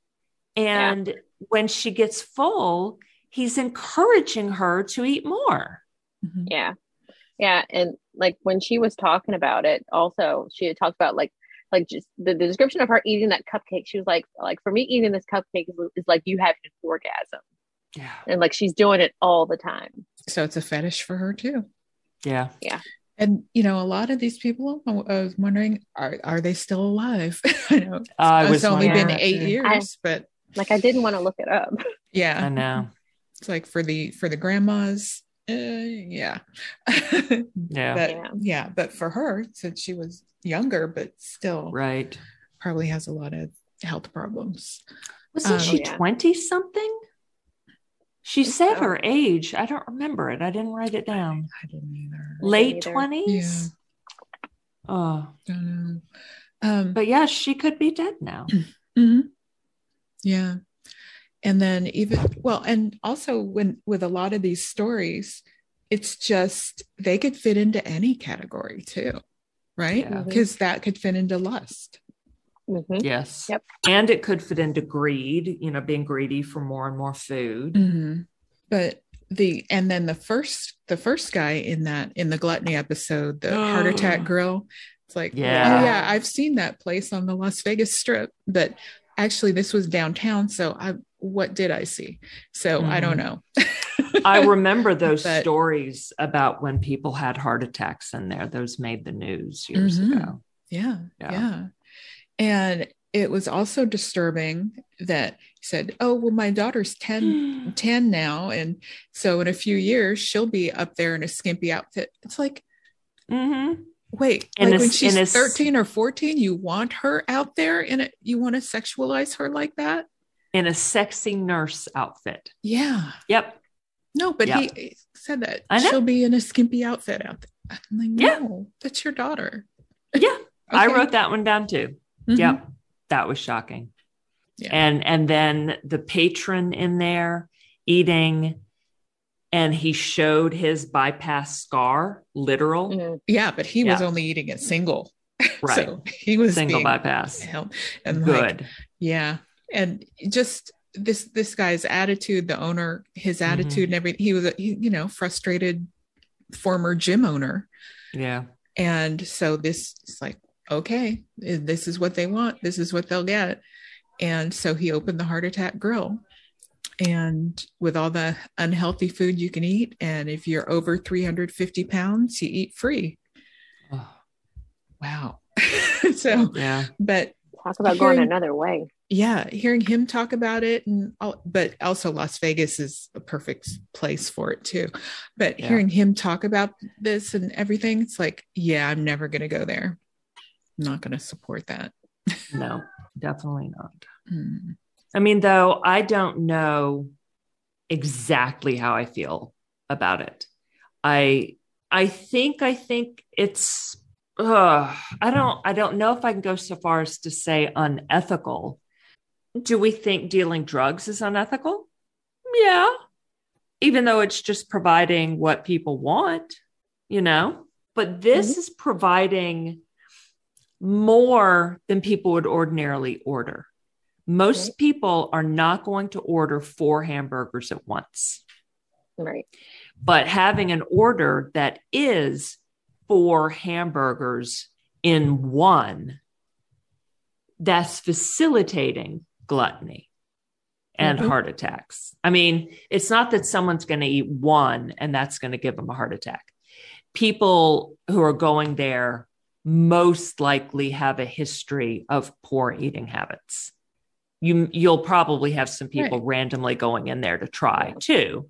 Speaker 2: Yeah.
Speaker 1: And when she gets full, he's encouraging her to eat more.
Speaker 3: Mhm.
Speaker 2: Yeah. Yeah. And like when she was talking about it, also she had talked about like like just the, the description of her eating that cupcake, she was like, like for me eating this cupcake is, is like you having an orgasm.
Speaker 1: Yeah.
Speaker 2: And like she's doing it all the time.
Speaker 3: So it's a fetish for her too.
Speaker 1: Yeah.
Speaker 3: And you know, a lot of these people, I I was wondering, are are they still alive? [LAUGHS] I know
Speaker 1: I
Speaker 3: it's
Speaker 1: was
Speaker 3: only been
Speaker 1: wondering.
Speaker 3: eight years, but
Speaker 2: Like I didn't want to look it up.
Speaker 3: yeah,
Speaker 1: I
Speaker 3: [LAUGHS]
Speaker 1: know.
Speaker 3: It's like for the for the grandmas, uh, yeah, [LAUGHS]
Speaker 1: Yeah.
Speaker 3: but yeah.
Speaker 2: Yeah.
Speaker 3: but for her, since she was younger, but still
Speaker 1: right.
Speaker 3: probably has a lot of health problems.
Speaker 1: Wasn't
Speaker 3: Um,
Speaker 1: she
Speaker 2: Oh, Yeah.
Speaker 1: 20 something? She
Speaker 2: think
Speaker 1: said
Speaker 2: so.
Speaker 1: her age. I don't remember it. I didn't write it down.
Speaker 3: I didn't either.
Speaker 2: didn't
Speaker 1: Late
Speaker 2: either.
Speaker 1: 20s? Oh,
Speaker 3: Don't know. Um,
Speaker 1: but yeah, she could be dead now.
Speaker 3: hmm Yeah. And then even well, and also when with a lot of these stories, it's just they could fit into any category too, [CLEARS THROAT] right?
Speaker 1: Yeah.
Speaker 2: Mhm.
Speaker 3: Because that could fit into lust.
Speaker 2: Mhm.
Speaker 1: Yes.
Speaker 2: Yep.
Speaker 1: And it could fit into greed, you know, being greedy for more and more
Speaker 3: [LAUGHS]
Speaker 1: food.
Speaker 3: But the and then the first the first guy in that in the gluttony episode, the heart attack grill, it's like,
Speaker 1: Yeah.
Speaker 3: oh yeah, I've seen that place on the Las Vegas Strip, but actually this was downtown, so I what did I see? So I don't know.
Speaker 1: [LAUGHS] I remember those
Speaker 3: But-
Speaker 1: stories about when people had heart attacks in there. Those made the news years
Speaker 3: Mhm. [CLEARS THROAT]
Speaker 1: ago.
Speaker 3: Yeah,
Speaker 1: Yeah.
Speaker 3: yeah. And it was also disturbing that he said, Oh, well, my
Speaker 1: [GASPS]
Speaker 3: daughter's 10, 10 now. And so in a few years, she'll be up there in a skimpy outfit. It's like,
Speaker 1: Mhm.
Speaker 3: wait,
Speaker 1: And
Speaker 3: like
Speaker 1: it's-
Speaker 3: when
Speaker 1: and
Speaker 3: she's
Speaker 1: it's-
Speaker 3: 13 or 14, you want her out there and it, you want to sexualize her like that?
Speaker 1: In a sexy nurse outfit.
Speaker 3: Yeah.
Speaker 1: Yep.
Speaker 3: No, but he said that
Speaker 1: I know.
Speaker 3: she'll be in a skimpy outfit out there. I'm like,
Speaker 1: Yeah.
Speaker 3: no, that's your daughter.
Speaker 1: Yeah. I
Speaker 3: Okay.
Speaker 1: wrote that one down too.
Speaker 3: Mhm.
Speaker 1: Yep. That was shocking.
Speaker 3: Yeah.
Speaker 1: And and then the patron in there eating and he showed his bypass scar, literal.
Speaker 2: Mhm.
Speaker 3: Yeah. But he was
Speaker 1: Yeah.
Speaker 3: only eating it single. [LAUGHS]
Speaker 1: Right.
Speaker 3: So he was
Speaker 1: Single
Speaker 3: being
Speaker 1: bypass.
Speaker 3: help and like
Speaker 1: Good.
Speaker 3: yeah and just this this guy's attitude the owner his
Speaker 1: Mm-hmm.
Speaker 3: attitude and everything he was a he- you know frustrated former gym owner
Speaker 1: yeah.
Speaker 3: and so this is like okay eh, this is what they want this is what they'll get and so he opened the heart attack grill and with all the unhealthy food you can eat and if you're over 350 pounds you eat free
Speaker 1: Oh,
Speaker 3: wow [LAUGHS] so
Speaker 1: yeah.
Speaker 3: but
Speaker 2: Talk about going
Speaker 3: Hearing-
Speaker 2: another way.
Speaker 3: yeah hearing him talk about it and all, but also las vegas is a perfect place for it too but
Speaker 1: Yeah.
Speaker 3: hearing him talk about this and everything it's like yeah i'm never going to go there I'm not going to support that
Speaker 1: No, definitely not.
Speaker 3: Mm.
Speaker 1: I mean, though, I don't know exactly how I feel about it. I I think I think it's uh, I don't I don't know if I can go so far as to say unethical. Do we think dealing drugs is unethical? Yeah. Even though it's just providing what people want, you know? But this is providing more than people would ordinarily order. Most people are not going to order four hamburgers at once,
Speaker 2: Right.
Speaker 1: but having an order that is four hamburgers in one, that's facilitating gluttony and
Speaker 3: Mhm.
Speaker 1: heart attacks. I mean, it's not that someone's going to eat one and that's going to give them a heart attack. People who are going there most likely have a history of poor eating habits. You you'll probably have some people randomly going in there to try
Speaker 2: Yeah.
Speaker 1: too.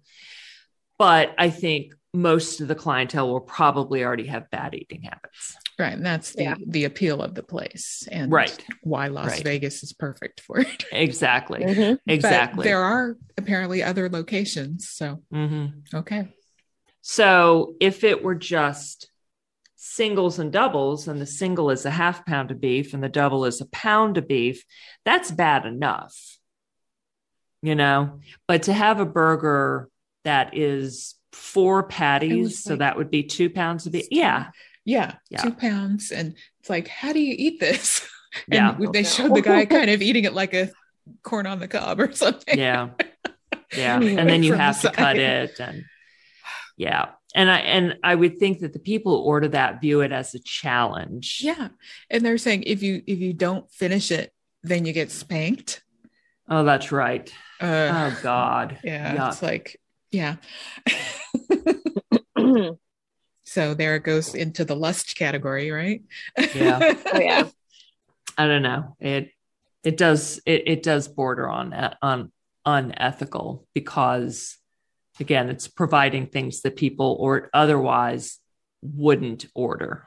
Speaker 1: But I think most of the clientele will probably already have bad eating habits.
Speaker 3: right and that's the
Speaker 2: Yeah.
Speaker 3: the appeal of the place and
Speaker 1: Right.
Speaker 3: why las
Speaker 1: Right.
Speaker 3: vegas is perfect for it [LAUGHS]
Speaker 1: Exactly.
Speaker 2: Mhm.
Speaker 3: But
Speaker 1: Exactly.
Speaker 3: there are apparently other locations so
Speaker 1: hmm
Speaker 3: okay
Speaker 1: So if it were just singles and doubles, and the single is a half pound of beef and the double is a pound of beef, that's bad enough. you know. But to have a burger that is four patties, so
Speaker 3: like-
Speaker 1: that would be two pounds of it. Yeah,
Speaker 3: Yeah,
Speaker 1: Yeah.
Speaker 3: two pounds. And it's like, how do you eat this? [LAUGHS]
Speaker 1: Yeah.
Speaker 3: And they showed the guy kind of eating it like a corn on the cob or [LAUGHS] something.
Speaker 1: yeah, yeah.
Speaker 3: Anyway,
Speaker 1: And then you
Speaker 3: from the
Speaker 1: have to cut
Speaker 3: side.
Speaker 1: it, and yeah. And I and I would think that the people who order that view it as a challenge.
Speaker 3: Yeah. And they're saying if you if you don't finish it, then you get spanked.
Speaker 1: Oh, that's right.
Speaker 3: Uh,
Speaker 1: Oh God.
Speaker 3: yeah. It's
Speaker 1: yuck.
Speaker 3: like, yeah. So there it goes into the lust category, right? [LAUGHS]
Speaker 1: Yeah.
Speaker 2: [CLEARS THROAT] oh yeah.
Speaker 1: I don't know. It it does it it does border on on unethical because again, it's providing things that people or otherwise wouldn't order.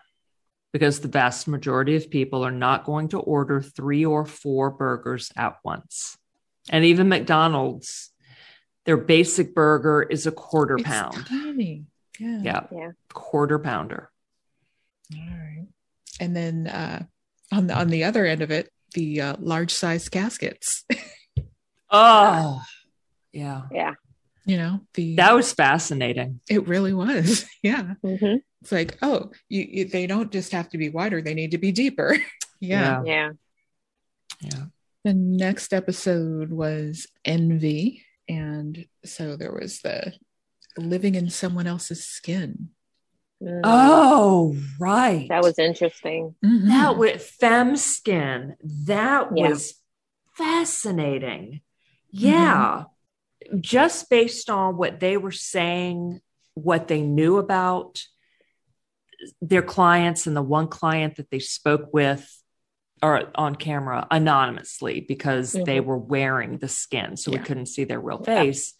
Speaker 1: Because the vast majority of people are not going to order three or four burgers at once. And even McDonald's, their basic burger is a quarter
Speaker 3: It's
Speaker 1: pound.
Speaker 3: tiny. Yeah.
Speaker 1: Yeah.
Speaker 2: Yeah.
Speaker 1: Quarter pounder.
Speaker 3: All right. And then uh, on the on the other end of it, the uh, large size caskets. [LAUGHS]
Speaker 1: Oh, yeah.
Speaker 2: Yeah.
Speaker 3: you know, the
Speaker 1: That was fascinating.
Speaker 3: it really was. [LAUGHS] Yeah.
Speaker 2: Mm-hmm.
Speaker 3: It's like, oh, you, you they don't just have to be wider, they need to be deeper. [LAUGHS] yeah.
Speaker 2: Yeah.
Speaker 1: Yeah.
Speaker 3: The next episode was envy. And so there was the living in someone else's skin.
Speaker 2: Mm.
Speaker 1: Oh, right.
Speaker 2: That was interesting.
Speaker 3: Mhm.
Speaker 1: that with fem skin. That
Speaker 2: Mm-hmm. Yeah. Mm-hmm.
Speaker 1: was fascinating. Yeah. Just based on what they were saying, what they knew about their clients and the one client that they spoke with or on camera anonymously because
Speaker 2: Mhm.
Speaker 1: they were wearing the skin so
Speaker 3: Yeah.
Speaker 1: we couldn't see their real
Speaker 2: Yeah.
Speaker 1: face.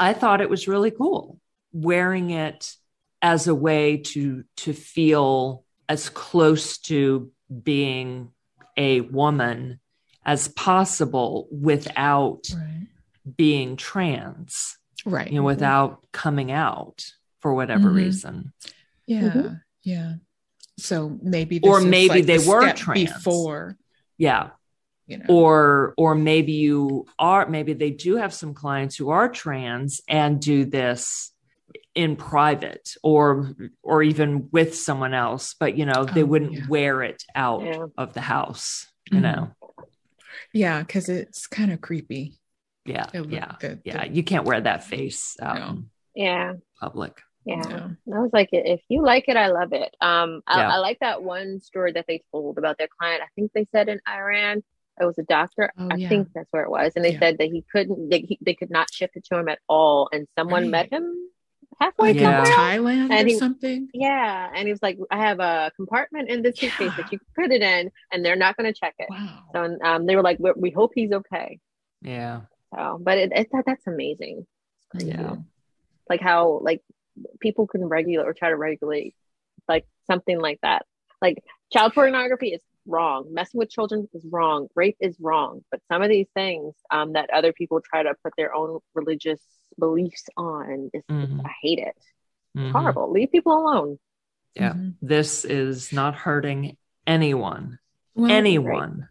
Speaker 1: I thought it was really cool wearing it as a way to to feel as close to being a woman as possible without
Speaker 3: right.
Speaker 1: being trans
Speaker 3: Right.
Speaker 1: you know without coming out for whatever
Speaker 3: Mhm.
Speaker 1: reason
Speaker 3: yeah.
Speaker 2: Mhm.
Speaker 3: Yeah. So maybe
Speaker 1: Mm-hmm. Or
Speaker 3: this is
Speaker 1: maybe
Speaker 3: like
Speaker 1: they
Speaker 3: the
Speaker 1: were
Speaker 3: step
Speaker 1: trans.
Speaker 3: before,
Speaker 1: yeah
Speaker 3: you know.
Speaker 1: or or maybe you are maybe they do have some clients who are trans and do this in private or or even with someone else but you know they
Speaker 3: Oh,
Speaker 1: wouldn't
Speaker 3: yeah.
Speaker 1: wear it out
Speaker 2: Yeah.
Speaker 1: of the house you
Speaker 3: Mhm.
Speaker 1: know
Speaker 3: yeah, because it's kind of creepy.
Speaker 1: yeah
Speaker 3: It looked-
Speaker 1: yeah
Speaker 3: the-
Speaker 1: yeah
Speaker 3: the-
Speaker 1: you can't wear that face out
Speaker 3: No.
Speaker 1: in
Speaker 2: Yeah.
Speaker 1: public
Speaker 2: Yeah.
Speaker 3: yeah.
Speaker 2: I was like, if you like it, I love it. Um, I,
Speaker 1: Yeah.
Speaker 2: I like that one story that they told about their client. I think they said in Iran, it was a doctor.
Speaker 3: Oh,
Speaker 2: I
Speaker 3: yeah.
Speaker 2: think that's where it was. And they
Speaker 3: Yeah.
Speaker 2: said that he couldn't, they, he, they could not shift it to him at all. And someone
Speaker 3: Right.
Speaker 2: met him halfway
Speaker 3: Like
Speaker 1: Yeah.
Speaker 3: in
Speaker 2: somewhere.
Speaker 3: Thailand
Speaker 2: I
Speaker 3: or
Speaker 2: think-
Speaker 3: something.
Speaker 2: Yeah. And he was like, I have a compartment in this suitcase
Speaker 3: Yeah.
Speaker 2: that you can put it in, and they're not going to check it.
Speaker 3: Wow.
Speaker 2: So and, um, they were like, we, we hope he's okay.
Speaker 1: yeah
Speaker 2: So, but it, it, that, that's amazing. It's crazy.
Speaker 1: Yeah.
Speaker 2: Like how like people can regulate or try to regulate like something like that. Like child pornography is wrong. Messing with children is wrong. Rape is wrong. But some of these things um, that other people try to put their own religious beliefs on is
Speaker 1: Mhm.
Speaker 2: I hate it.
Speaker 1: Mhm.
Speaker 2: Horrible. Leave people alone.
Speaker 1: Yeah.
Speaker 3: Mhm.
Speaker 1: this is not hurting anyone
Speaker 3: Well,
Speaker 1: anyone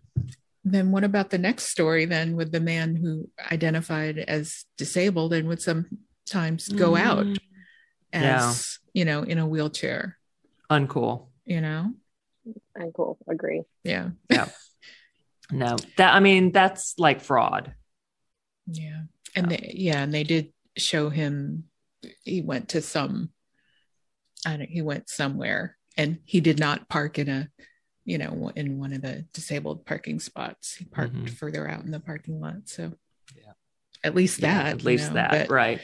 Speaker 3: Then what about the next story then with the man who identified as disabled and would sometimes go out
Speaker 1: Mm,
Speaker 3: as, you know, in a wheelchair,
Speaker 1: uncool
Speaker 3: you know?
Speaker 2: And cool. Agree.
Speaker 3: Yeah.
Speaker 1: no that i mean that's like fraud
Speaker 3: Yeah. And they yeah, and they did show him he went to some I don't he went somewhere and he did not park in a you know in one of the disabled parking spots. He parked
Speaker 1: Mhm.
Speaker 3: further out in the parking lot. So
Speaker 1: Yeah.
Speaker 3: at least
Speaker 1: Yeah,
Speaker 3: that.
Speaker 1: at
Speaker 3: you
Speaker 1: least
Speaker 3: know,
Speaker 1: that
Speaker 3: but-
Speaker 1: right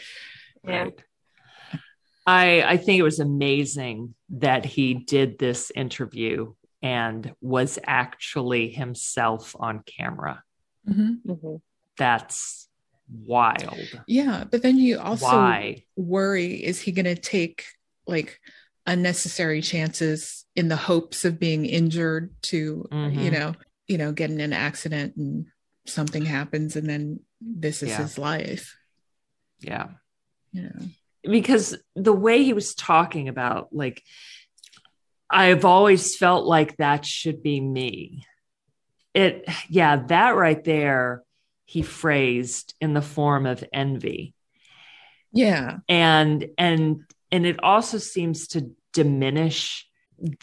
Speaker 2: Yeah.
Speaker 1: right i i think it was amazing that he did this interview and was actually himself on camera
Speaker 3: Mhm.
Speaker 2: hmm
Speaker 1: that's wild
Speaker 3: Yeah, but then you also
Speaker 1: why
Speaker 3: worry is he going to take like unnecessary chances in the hopes of being injured to you
Speaker 1: Mhm.
Speaker 3: know, you know, get in an accident and something happens and then this is
Speaker 1: Yeah.
Speaker 3: his life,
Speaker 1: yeah
Speaker 3: you know.
Speaker 1: because the way he was talking about like i've always felt like that should be me it yeah that right there he phrased in the form of envy
Speaker 3: Yeah.
Speaker 1: and and and it also seems to diminish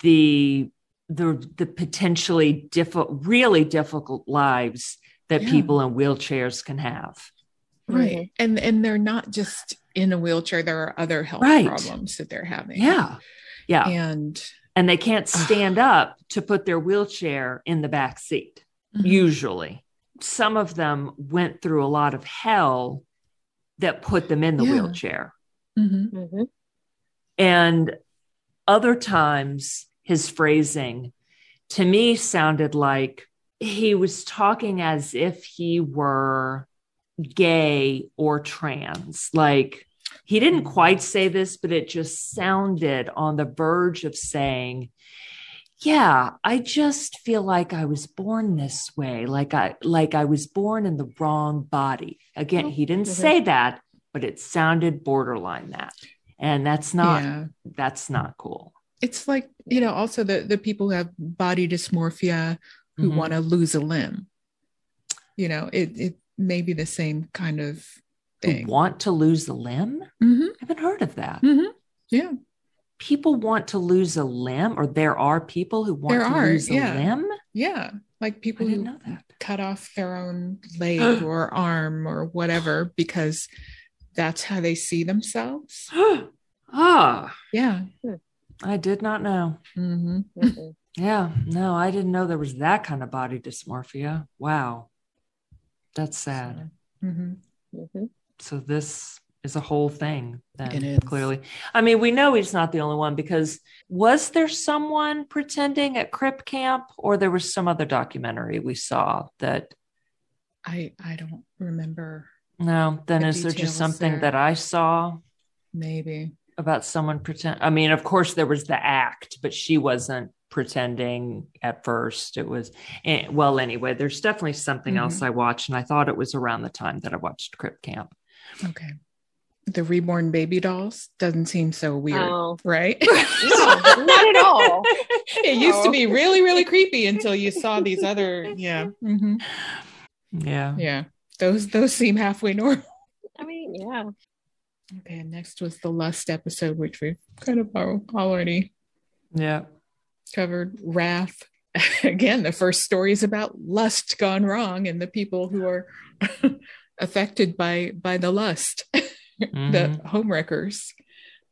Speaker 1: the the the potentially difficult really difficult lives that
Speaker 3: Yeah.
Speaker 1: people in wheelchairs can have
Speaker 3: Right. And and they're not just in a wheelchair. There are other health
Speaker 1: Right.
Speaker 3: problems that they're having.
Speaker 1: yeah yeah
Speaker 3: And
Speaker 1: and they can't stand up to put their wheelchair in the back seat usually some of them went through a lot of hell that put them in the
Speaker 3: Yeah.
Speaker 1: wheelchair
Speaker 3: Mhm.
Speaker 2: Mm-hmm.
Speaker 1: And other times, his phrasing to me sounded like he was talking as if he were gay or trans. Like he didn't quite say this, but it just sounded on the verge of saying, yeah, I just feel like I was born this way, like I like I was born in the wrong body. Again, he didn't
Speaker 2: Mhm.
Speaker 1: say that, but it sounded borderline that. And that's not
Speaker 3: yeah.
Speaker 1: that's not cool.
Speaker 3: It's like, you know, also the, the people who have body dysmorphia who
Speaker 1: Mhm.
Speaker 3: want to lose a limb. You know, it it may be the same kind of
Speaker 1: Who
Speaker 3: thing.
Speaker 1: want to lose a limb?
Speaker 3: Mhm.
Speaker 1: I haven't heard of that.
Speaker 3: Mhm. Yeah.
Speaker 1: People want to lose a limb, or there are people who want
Speaker 3: There
Speaker 1: to
Speaker 3: are,
Speaker 1: lose a
Speaker 3: yeah.
Speaker 1: limb.
Speaker 3: Yeah. Like
Speaker 1: I
Speaker 3: people
Speaker 1: didn't
Speaker 3: who
Speaker 1: know that.
Speaker 3: cut off their own
Speaker 1: [GASPS]
Speaker 3: leg or arm or whatever because that's how they see themselves.
Speaker 1: [GASPS] Ah,
Speaker 3: Yeah.
Speaker 1: I did not know.
Speaker 3: hmm
Speaker 2: Mm-mm.
Speaker 1: Yeah, no, I didn't know there was that kind of body dysmorphia. Wow. That's sad.
Speaker 3: hmm
Speaker 2: Mhm.
Speaker 1: So this is a whole thing then
Speaker 3: It is.
Speaker 1: clearly. I mean, we know he's not the only one because was there someone pretending at Crip Camp or there was some other documentary we saw that
Speaker 3: I I don't remember.
Speaker 1: No, then
Speaker 3: The
Speaker 1: is there
Speaker 3: details
Speaker 1: just something
Speaker 3: there.
Speaker 1: that I saw
Speaker 3: Maybe.
Speaker 1: about someone pretend? I mean, of course, there was the act, but she wasn't pretending at first. It was, eh, well, anyway, there's definitely
Speaker 3: Mm-hmm.
Speaker 1: something else I watched, and I thought it was around the time that I watched Crip Camp.
Speaker 3: Okay. The reborn baby dolls doesn't seem so weird,
Speaker 2: Oh.
Speaker 1: [LAUGHS]
Speaker 3: right? [LAUGHS]
Speaker 2: No, not at all.
Speaker 3: it used to be really really creepy until you saw these other yeah. Mhm.
Speaker 1: Yeah.
Speaker 3: Yeah. Those those seem halfway normal.
Speaker 2: I mean, yeah.
Speaker 3: Okay, and next was the lust episode, which we've kind of al- already
Speaker 1: Yeah.
Speaker 3: covered. Wrath. [LAUGHS] Again, the first story is about lust gone wrong and the people who are [LAUGHS] affected by by the lust, [LAUGHS]
Speaker 1: Mhm.
Speaker 3: the homewreckers.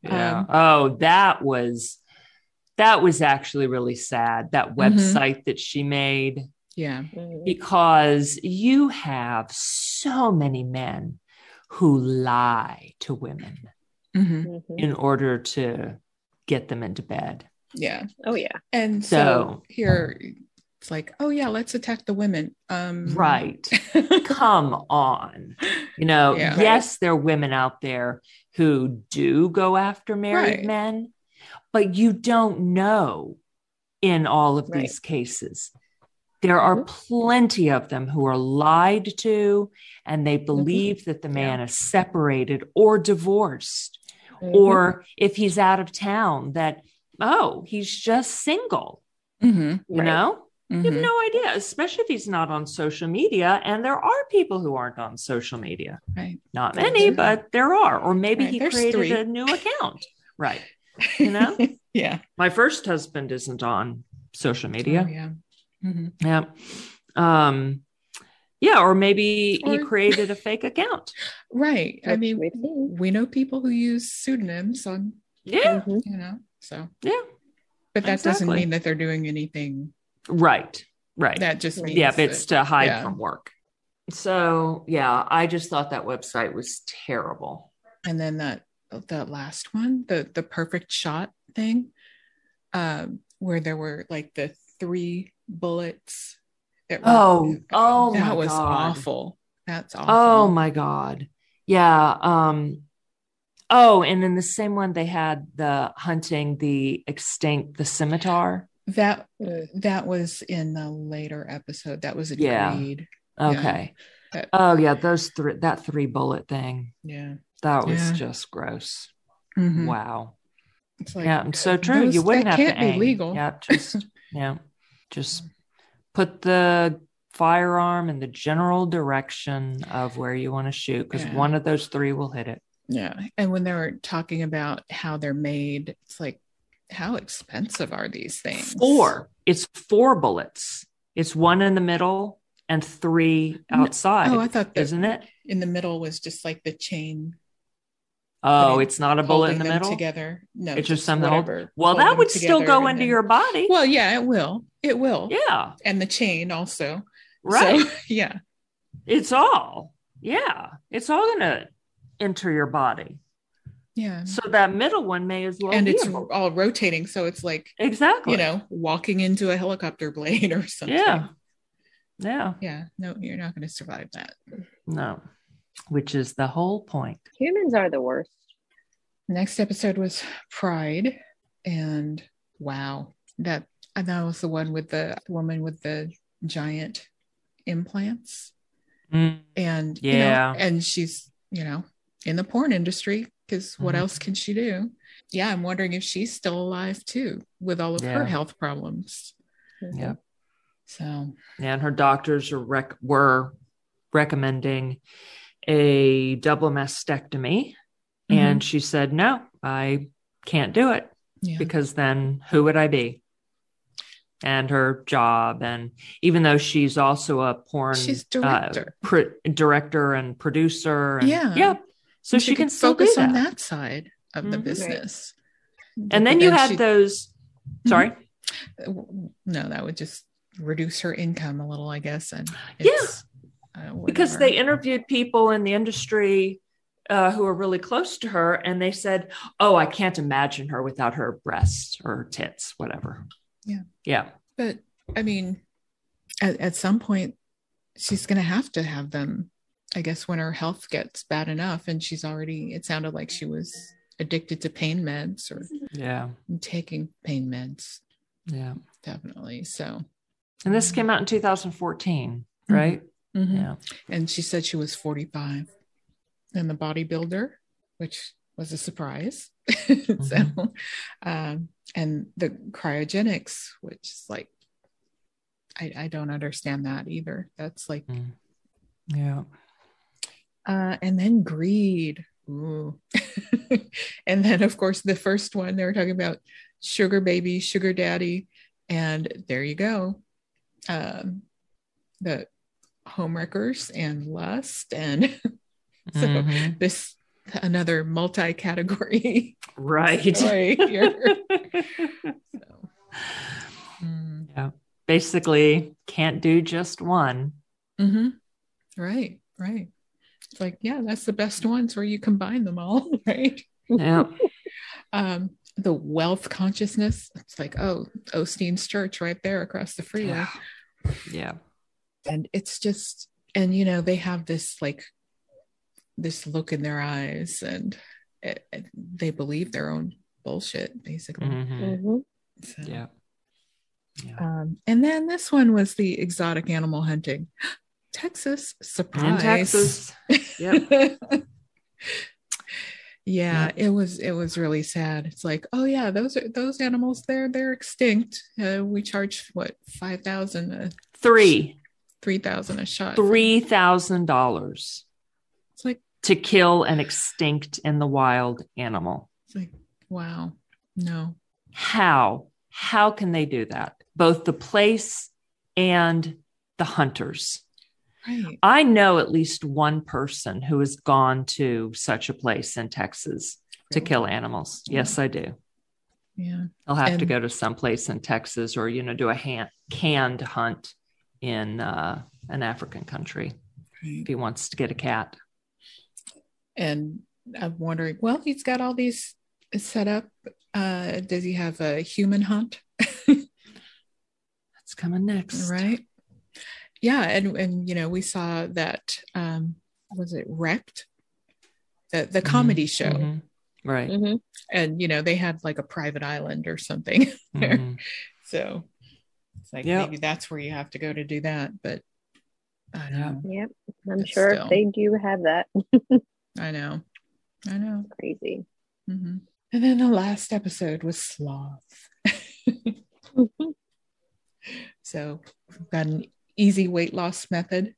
Speaker 1: yeah.
Speaker 3: um,
Speaker 1: oh, that was that was actually really sad. That website that she made.
Speaker 3: Yeah.
Speaker 2: Mhm.
Speaker 1: because you have so many men who lie to women
Speaker 3: Mhm.
Speaker 2: Mhm.
Speaker 1: in order to get them into bed.
Speaker 3: Yeah.
Speaker 2: Oh yeah.
Speaker 3: And so,
Speaker 1: So-
Speaker 3: here it's like, oh yeah, let's attack the women. Um [LAUGHS]
Speaker 1: Right. Come on. You know,
Speaker 3: Yeah.
Speaker 1: yes, there are women out there who do go after married
Speaker 3: Right.
Speaker 1: men, but you don't know in all of
Speaker 2: Right.
Speaker 1: these cases. There are plenty of them who are lied to and they believe that the man is separated or divorced.
Speaker 2: Mm-hmm.
Speaker 1: or if he's out of town that oh he's just single
Speaker 3: Mhm.
Speaker 1: you
Speaker 2: Right.
Speaker 1: know you
Speaker 3: Mhm.
Speaker 1: have no idea especially if he's not on social media and there are people who aren't on social media
Speaker 3: Right.
Speaker 1: not many
Speaker 3: Mhm.
Speaker 1: but there are or maybe
Speaker 3: Right,
Speaker 1: he
Speaker 3: there's
Speaker 1: created
Speaker 3: three.
Speaker 1: a new
Speaker 3: [LAUGHS]
Speaker 1: account right You know?
Speaker 3: yeah.
Speaker 1: my first husband isn't on social
Speaker 3: Oh,
Speaker 1: media
Speaker 3: yeah. Mhm.
Speaker 1: yeah um yeah or maybe he
Speaker 3: Or-
Speaker 1: created a fake
Speaker 3: [LAUGHS]
Speaker 1: account
Speaker 3: Right. I
Speaker 2: Which
Speaker 3: mean,
Speaker 2: we've seen.
Speaker 3: we know people who use pseudonyms on
Speaker 1: yeah
Speaker 2: Mhm.
Speaker 3: you know so
Speaker 1: Yeah.
Speaker 3: but that doesn't
Speaker 1: Exactly.
Speaker 3: mean that they're doing anything
Speaker 1: right right
Speaker 3: that just means
Speaker 1: yeah, but it's
Speaker 3: that-
Speaker 1: to hide
Speaker 3: yeah.
Speaker 1: from work. So yeah, I just thought that website was terrible.
Speaker 3: and then that that last one the the perfect shot thing um where there were like the three bullets that were-
Speaker 1: Oh, oh
Speaker 3: that
Speaker 1: my
Speaker 3: was
Speaker 1: God.
Speaker 3: awful that's awful
Speaker 1: Oh my god. Yeah. Um. Oh, and in the same one they had the hunting the extinct the scimitar.
Speaker 3: that that was in the later episode that was in
Speaker 1: Yeah.
Speaker 3: Creed. Yeah.
Speaker 1: Okay.
Speaker 3: That-
Speaker 1: Oh yeah, those three that three bullet thing
Speaker 3: yeah
Speaker 1: that was
Speaker 3: Yeah.
Speaker 1: just gross.
Speaker 3: Mhm.
Speaker 1: Wow.
Speaker 3: it's like uh,
Speaker 1: yeah, and so true.
Speaker 3: those-
Speaker 1: you wouldn't
Speaker 3: that
Speaker 1: have
Speaker 3: [LAUGHS] can't
Speaker 1: to
Speaker 3: be
Speaker 1: aim.
Speaker 3: legal.
Speaker 1: Yeah, just yeah, just put the firearm in the general direction of where you want to shoot because
Speaker 3: Yeah.
Speaker 1: one of those three will hit it.
Speaker 3: Yeah. And when they were talking about how they're made, it's like, how expensive are these things?
Speaker 1: Four. It's four bullets. It's one in the middle and three
Speaker 3: No.
Speaker 1: outside,
Speaker 3: Oh, I thought that
Speaker 1: isn't it?
Speaker 3: in the middle was just like the chain
Speaker 1: Oh,
Speaker 3: Putting-
Speaker 1: it's not a bullet in
Speaker 3: holding
Speaker 1: the
Speaker 3: them
Speaker 1: middle.
Speaker 3: together. No,
Speaker 1: It's just something hold-
Speaker 3: whatever
Speaker 1: Well,
Speaker 3: holding
Speaker 1: that
Speaker 3: them
Speaker 1: would still
Speaker 3: together
Speaker 1: go
Speaker 3: and
Speaker 1: into
Speaker 3: then-
Speaker 1: your body.
Speaker 3: Well, yeah, it will. It will.
Speaker 1: yeah,
Speaker 3: And the chain also.
Speaker 1: right.
Speaker 3: So, [LAUGHS] yeah.
Speaker 1: It's all. Yeah, it's all going to enter your body.
Speaker 3: Yeah.
Speaker 1: So that middle one may as well
Speaker 3: Mm-hmm. and
Speaker 1: be
Speaker 3: it's
Speaker 1: a bullet.
Speaker 3: all rotating. So it's like,
Speaker 1: exactly
Speaker 3: you know, walking into a helicopter blade [LAUGHS] or something.
Speaker 1: Yeah. Yeah.
Speaker 3: Yeah. No, you're not going to survive that.
Speaker 1: No. Which is the whole point.
Speaker 2: Humans are the worst.
Speaker 3: Next episode was Pride. And wow, that, and that was the one with the woman with the giant implants.
Speaker 1: Mm.
Speaker 3: And, you know,
Speaker 1: Yeah.
Speaker 3: and she's, you know, in the porn industry because what
Speaker 1: Mhm.
Speaker 3: else can she do? Yeah. I'm wondering if she's still alive too with all of her
Speaker 1: Yeah.
Speaker 3: health problems.
Speaker 2: Mm-hmm.
Speaker 1: Yeah.
Speaker 3: So,
Speaker 1: And her doctors are rec- were recommending a double mastectomy.
Speaker 3: Mm-hmm.
Speaker 1: And she said, no, I can't do it
Speaker 3: mm-hmm, yeah.
Speaker 1: because then who would I be? And her job. And even though she's also a porn
Speaker 3: She's
Speaker 1: uh,
Speaker 3: director.
Speaker 1: pr- director and producer. And,
Speaker 3: Yeah.
Speaker 1: Yep. So
Speaker 3: And
Speaker 1: she, can, still
Speaker 3: focus
Speaker 1: do
Speaker 3: on
Speaker 1: that.
Speaker 3: that side of the
Speaker 1: Mhm. Right.
Speaker 3: business.
Speaker 1: And then you had those.
Speaker 3: Mhm.
Speaker 1: Sorry.
Speaker 3: the no, that would just reduce her income a little, I guess. And
Speaker 1: Yeah.
Speaker 3: it's, uh,
Speaker 1: because
Speaker 3: whatever.
Speaker 1: they interviewed people in the industry uh, who are really close to her and they said oh i can't imagine her without her breasts or her tits whatever
Speaker 3: Yeah.
Speaker 1: yeah
Speaker 3: But I mean, at, at some point, she's going to have to have them. I guess when her health gets bad enough, and she's already, it sounded like she was addicted to pain meds or
Speaker 1: yeah
Speaker 3: taking pain meds,
Speaker 1: yeah
Speaker 3: definitely. So,
Speaker 1: and this came out in 2014 right
Speaker 3: mhm.
Speaker 1: yeah
Speaker 3: and she said she was 45 and the bodybuilder which was a surprise [LAUGHS] so um, and the cryogenics which is like I, I don't understand that either that's like
Speaker 1: yeah
Speaker 3: uh, and then greed Ooh. [LAUGHS] and then of course the first one they were talking about sugar baby sugar daddy and there you go um, the homewreckers and lust and [LAUGHS] So-
Speaker 1: Mhm.
Speaker 3: this another
Speaker 1: [LAUGHS]
Speaker 3: multi-category
Speaker 1: right [LAUGHS]
Speaker 3: story here. So, mm,
Speaker 1: basically can't do just one
Speaker 3: mhm. Right, right. It's like, yeah, that's the best ones where you combine them all, [LAUGHS] right?
Speaker 1: yeah
Speaker 3: Um, the wealth consciousness. It's like, oh, Osteen's church right there across the freeway.
Speaker 1: yeah yeah
Speaker 3: and it's just and you know they have this like this look in their eyes and it, it- they believe their own bullshit basically
Speaker 1: Mhm.
Speaker 2: Mhm.
Speaker 3: So,
Speaker 1: yeah
Speaker 3: um, and then this one was the exotic animal hunting [GASPS] texas surprise
Speaker 1: in texas yep
Speaker 3: [LAUGHS] yeah
Speaker 1: Yep.
Speaker 3: it was it was really sad it's like oh yeah those are those animals they're they're extinct uh, we charge what 5000 uh,
Speaker 1: three
Speaker 3: 3000 a shot for-
Speaker 1: three thousand dollars
Speaker 3: it's like
Speaker 1: to kill an extinct in the wild animal.
Speaker 3: it's like wow no
Speaker 1: How? How can they do that? Both the place and the hunters.
Speaker 3: right
Speaker 1: I know at least one person who has gone to such a place in Texas to
Speaker 3: Really?
Speaker 1: kill animals. Yes, I do.
Speaker 3: yeah
Speaker 1: I'll have to
Speaker 3: And-
Speaker 1: go to some place in Texas or, you know, do a hand, canned hunt in uh, an African country
Speaker 3: right.
Speaker 1: if he wants to get a cat.
Speaker 3: and I'm wondering, well, he's got all these set up. Uh, does he have a human hunt?
Speaker 1: That's coming next.
Speaker 3: Right. Yeah, and and you know we saw that um, was it wrecked, the the
Speaker 1: Mhm.
Speaker 3: comedy show,
Speaker 1: Mhm. Right.
Speaker 3: [LAUGHS]
Speaker 2: Mhm.
Speaker 3: and you know they had like a private island or something. [LAUGHS] there.
Speaker 1: Mhm.
Speaker 3: so it's like
Speaker 1: Yep.
Speaker 3: maybe that's where you have to go to do that. But I
Speaker 1: Yeah.
Speaker 3: know,
Speaker 2: Yep. I'm
Speaker 3: But
Speaker 2: sure
Speaker 3: still.
Speaker 2: if they do have that,
Speaker 3: I know, I know.
Speaker 2: crazy.
Speaker 3: hmm And then the last episode was [LAUGHS] sloth. So we've got an easy weight loss method,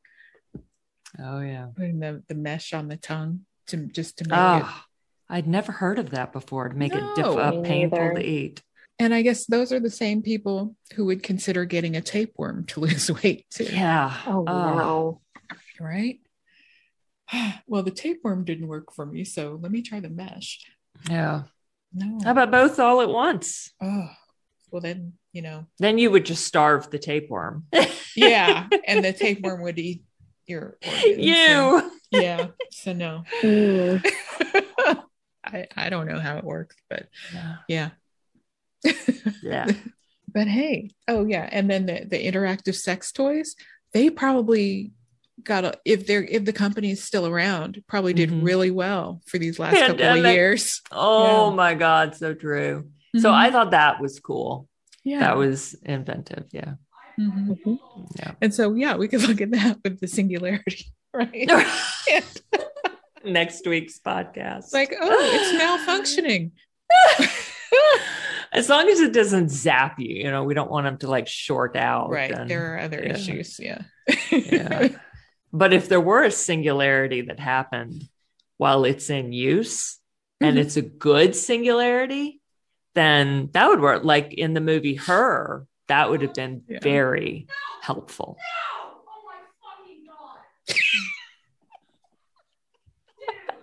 Speaker 1: Oh yeah.
Speaker 3: putting the, the mesh on the tongue to just to make it.
Speaker 1: Oh, I'd never heard of that before to make it diff-
Speaker 3: No.
Speaker 1: uh,
Speaker 2: Me
Speaker 1: painful
Speaker 2: neither.
Speaker 1: to eat.
Speaker 3: And I guess those are the same people who would consider getting a tapeworm to [LAUGHS] lose weight too,
Speaker 1: Yeah. Ah.
Speaker 2: Oh, no.
Speaker 3: right? [SIGHS] Well, the tapeworm didn't work for me, so let me try the mesh.
Speaker 1: Yeah.
Speaker 3: No.
Speaker 1: How about both all at once?
Speaker 3: Oh, well then, you know,
Speaker 1: Then you would just starve the tapeworm. [LAUGHS]
Speaker 3: yeah. and the tapeworm would eat your organs. So,
Speaker 1: [LAUGHS] you.
Speaker 3: yeah. So no. [LAUGHS]
Speaker 2: Mm. [LAUGHS]
Speaker 3: I I don't know how it works, but yeah.
Speaker 1: Yeah.
Speaker 3: But hey, oh yeah, and then the the interactive sex toys, they probably got a, if they're if the company is still around, probably did
Speaker 1: Mhm.
Speaker 3: really well for these last couple of
Speaker 1: Pandemic.
Speaker 3: years.
Speaker 1: Oh
Speaker 3: Yeah.
Speaker 1: my God. So true. So I thought that was cool.
Speaker 3: yeah,
Speaker 1: That was inventive. Yeah. [LAUGHS]
Speaker 3: Mhm.
Speaker 2: Mhm.
Speaker 1: Yeah.
Speaker 3: and so yeah, we could [LAUGHS] look at that with the singularity, [LAUGHS] right?
Speaker 1: Next week's podcast.
Speaker 3: It's like oh, it's malfunctioning.
Speaker 1: [LAUGHS] as long as it doesn't zap you, you know, we don't want them to like short out.
Speaker 3: right,
Speaker 1: and-
Speaker 3: there are other
Speaker 1: yeah.
Speaker 3: issues. Yeah,
Speaker 1: yeah. But if there were a singularity that happened while it's in use and
Speaker 3: Mhm.
Speaker 1: it's a good singularity, then that would work. Like in the movie Her, that would have been
Speaker 3: Yeah.
Speaker 1: very helpful. [LAUGHS]
Speaker 2: [LAUGHS]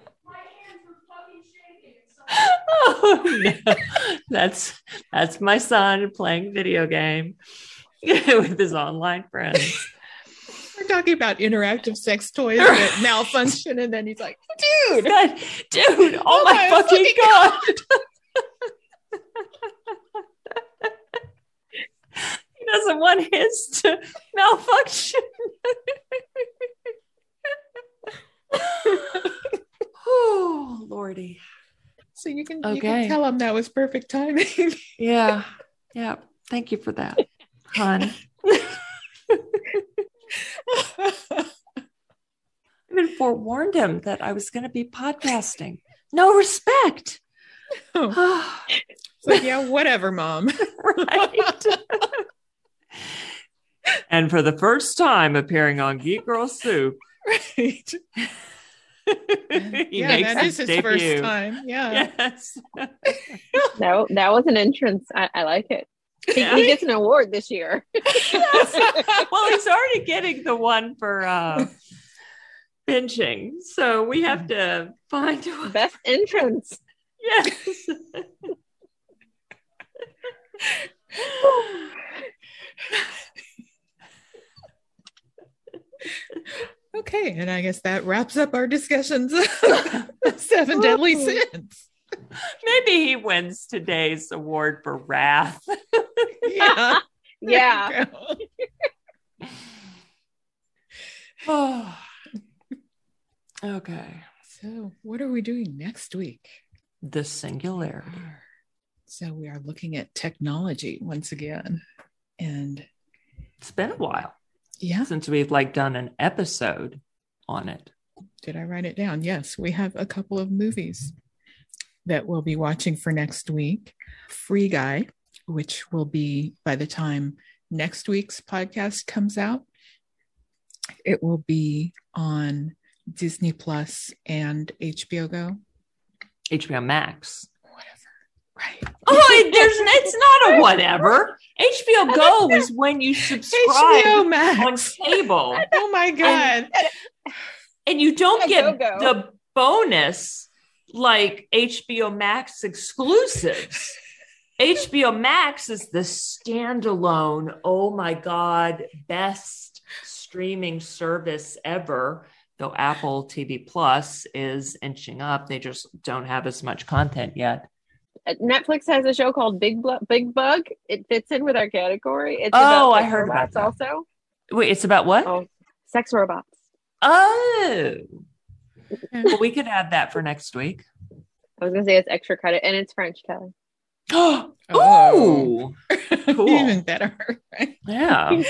Speaker 1: Oh, no. That's that's my son playing video game [LAUGHS] with his online friends.
Speaker 3: [LAUGHS] we're talking about interactive sex
Speaker 1: [LAUGHS]
Speaker 3: toys that malfunction, and then he's like, dude.
Speaker 1: God, dude, oh, my, fucking, god. [LAUGHS] he doesn't want his to malfunction. oh, lordy.
Speaker 3: So you can you
Speaker 1: Okay.
Speaker 3: can tell him that was perfect timing. [LAUGHS]
Speaker 1: Yeah. Yeah. Thank you for that, hon. I even forewarned him that I was going to be podcasting. No [LAUGHS] respect. Oh.
Speaker 3: so yeah, whatever, mom. [LAUGHS]
Speaker 1: right? and for the first time appearing on Geek Girl
Speaker 3: [LAUGHS]
Speaker 1: Soup,
Speaker 3: right.
Speaker 1: he
Speaker 3: yeah,
Speaker 1: makes
Speaker 3: that is
Speaker 1: his,
Speaker 3: his
Speaker 1: debut.
Speaker 3: first time. Yeah.
Speaker 1: Yes.
Speaker 2: No, that was an entrance. I, I like it. He,
Speaker 1: [LAUGHS]
Speaker 2: he gets an award this year. [LAUGHS]
Speaker 1: well, he's already getting the one for uh, benching, so we have to find [LAUGHS] one.
Speaker 2: Best entrance.
Speaker 1: Yes.
Speaker 3: Okay, and I guess that wraps up our discussions [LAUGHS] of seven deadly
Speaker 2: Ooh. [LAUGHS]
Speaker 3: sins.
Speaker 1: [LAUGHS] Maybe he wins today's award for
Speaker 3: [SIGHS]
Speaker 1: wrath. [LAUGHS]
Speaker 3: Yeah. there you
Speaker 2: Yeah.
Speaker 3: go.
Speaker 1: Oh. Okay.
Speaker 3: So, what are we doing next week?
Speaker 1: The singularity.
Speaker 3: So, we are looking at technology once again. And
Speaker 1: It's been a while
Speaker 3: yeah,
Speaker 1: since we've like done an episode on it.
Speaker 3: Did I write it down? Yes, we have a couple of movies that we'll be watching for next week. Free Guy, which will be by the time next week's podcast comes out, it will be on Disney Plus and HBO Go.
Speaker 1: HBO Max.
Speaker 3: Whatever. Right.
Speaker 1: [LAUGHS] Oh, it- there's it's not a whatever. HBO Go is when you subscribe
Speaker 3: HBO
Speaker 1: on
Speaker 3: Max.
Speaker 1: cable
Speaker 3: Oh my God.
Speaker 1: and you don't get
Speaker 2: Go-Go.
Speaker 1: the bonus like HBO Max
Speaker 2: [LAUGHS]
Speaker 1: exclusives. HBO Max is the standalone, oh my God, best streaming service ever. Though Apple TV Plus is inching up, they just don't have as much content yet.
Speaker 2: Uh, Netflix has a show called Big Bu- Big Bug. It fits in with our category. It's
Speaker 1: Oh,
Speaker 2: about
Speaker 1: I
Speaker 2: sex
Speaker 1: heard about
Speaker 2: robots
Speaker 1: that.
Speaker 2: also.
Speaker 1: Wait, it's about what?
Speaker 2: Oh, sex robots.
Speaker 1: Oh, well, we could add that for next week. [GASPS]
Speaker 2: I was gonna say it's extra credit, and it's French, Kelly.
Speaker 1: oh,
Speaker 3: Oh.
Speaker 1: Cool.
Speaker 3: [LAUGHS] Even better. [LAUGHS]
Speaker 1: [LAUGHS]
Speaker 3: Right?
Speaker 1: yeah,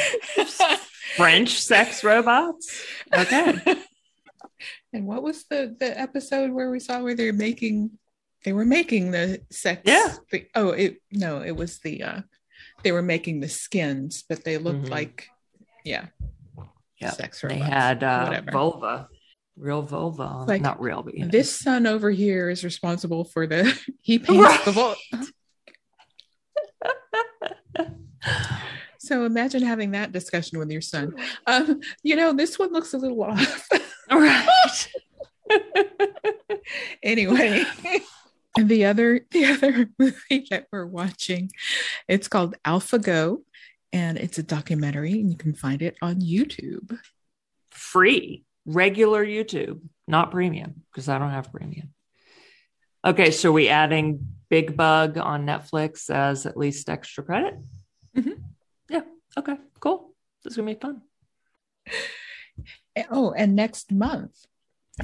Speaker 1: French sex robots. Okay,
Speaker 3: And what was the the episode where we saw where they're making they were making the sex
Speaker 1: Yeah.
Speaker 3: the, oh it no it was the uh they were making the skins but they looked
Speaker 1: Mhm.
Speaker 3: like Yeah.
Speaker 1: Yeah. [LAUGHS]
Speaker 3: Sex
Speaker 1: They
Speaker 3: robots.
Speaker 1: had uh,
Speaker 3: whatever.
Speaker 1: vulva, real vulva, on-
Speaker 3: Like,
Speaker 1: not real, but you know. [LAUGHS]
Speaker 3: This son over here is responsible for the [LAUGHS] he paints
Speaker 1: [LAUGHS]
Speaker 3: the vault. So imagine having that discussion with your son. Um, you know, this one looks a little [LAUGHS] off. [LAUGHS]
Speaker 1: right.
Speaker 3: anyway. And [LAUGHS] the other the other movie that we're watching, it's called AlphaGo, and it's a documentary, and you can find it on YouTube.
Speaker 1: Free, regular YouTube, not premium, because I don't have premium. Okay, so are we adding Big Bug on Netflix as at least extra credit?
Speaker 3: Mhm.
Speaker 1: Yeah. Okay, cool. This is going to be fun.
Speaker 3: [LAUGHS] Oh, and next month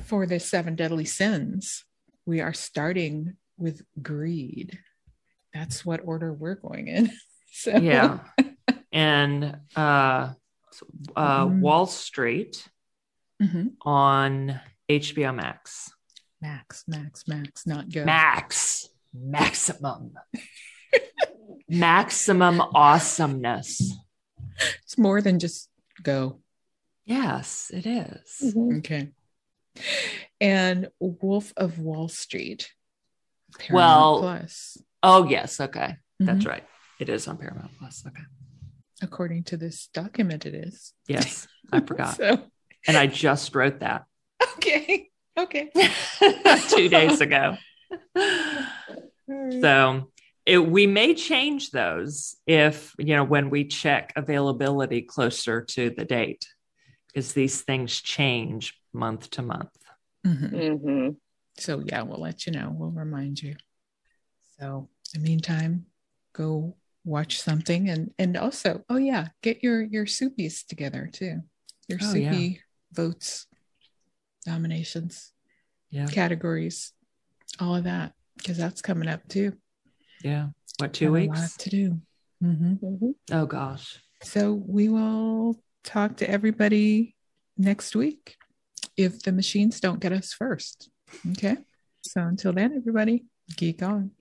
Speaker 3: for the seven deadly sins, we are starting with greed. That's what order we're going in. [LAUGHS] So
Speaker 1: yeah and uh uh
Speaker 3: Mhm.
Speaker 1: wall street
Speaker 3: Mhm.
Speaker 1: on hbo max
Speaker 3: Max, Max, Max, not go.
Speaker 1: max maximum [LAUGHS] maximum awesomeness
Speaker 3: It's more than just go.
Speaker 1: yes it is
Speaker 2: Mhm.
Speaker 3: Okay. And Wolf of Wall Street. Paramount
Speaker 1: Well,
Speaker 3: Plus,
Speaker 1: oh yes okay that's
Speaker 3: Mhm.
Speaker 1: right it is on paramount plus okay
Speaker 3: Mm-hmm. according to this document, it is.
Speaker 1: yes i forgot
Speaker 3: So [LAUGHS]
Speaker 1: and i just wrote that
Speaker 3: okay, okay.
Speaker 1: two days ago Mm-hmm. So it, we may change those if, you know, when we check availability closer to the date, because these things change month to month.
Speaker 3: Mhm.
Speaker 2: Mhm.
Speaker 3: So yeah, we'll let you know. We'll remind you. So in the meantime, go watch something and and also, oh yeah, get your your soupies together too. Your
Speaker 1: Oh,
Speaker 3: soupy
Speaker 1: yeah.
Speaker 3: votes, nominations,
Speaker 1: Yeah.
Speaker 3: categories, all of that. Because that's coming up too.
Speaker 1: Yeah. What, two
Speaker 3: Got A lot
Speaker 1: weeks?
Speaker 3: to do. Mhm.
Speaker 2: Mhm.
Speaker 1: Oh, gosh.
Speaker 3: So we will talk to everybody next week if the machines don't get us first. Okay. So until then, everybody, geek on.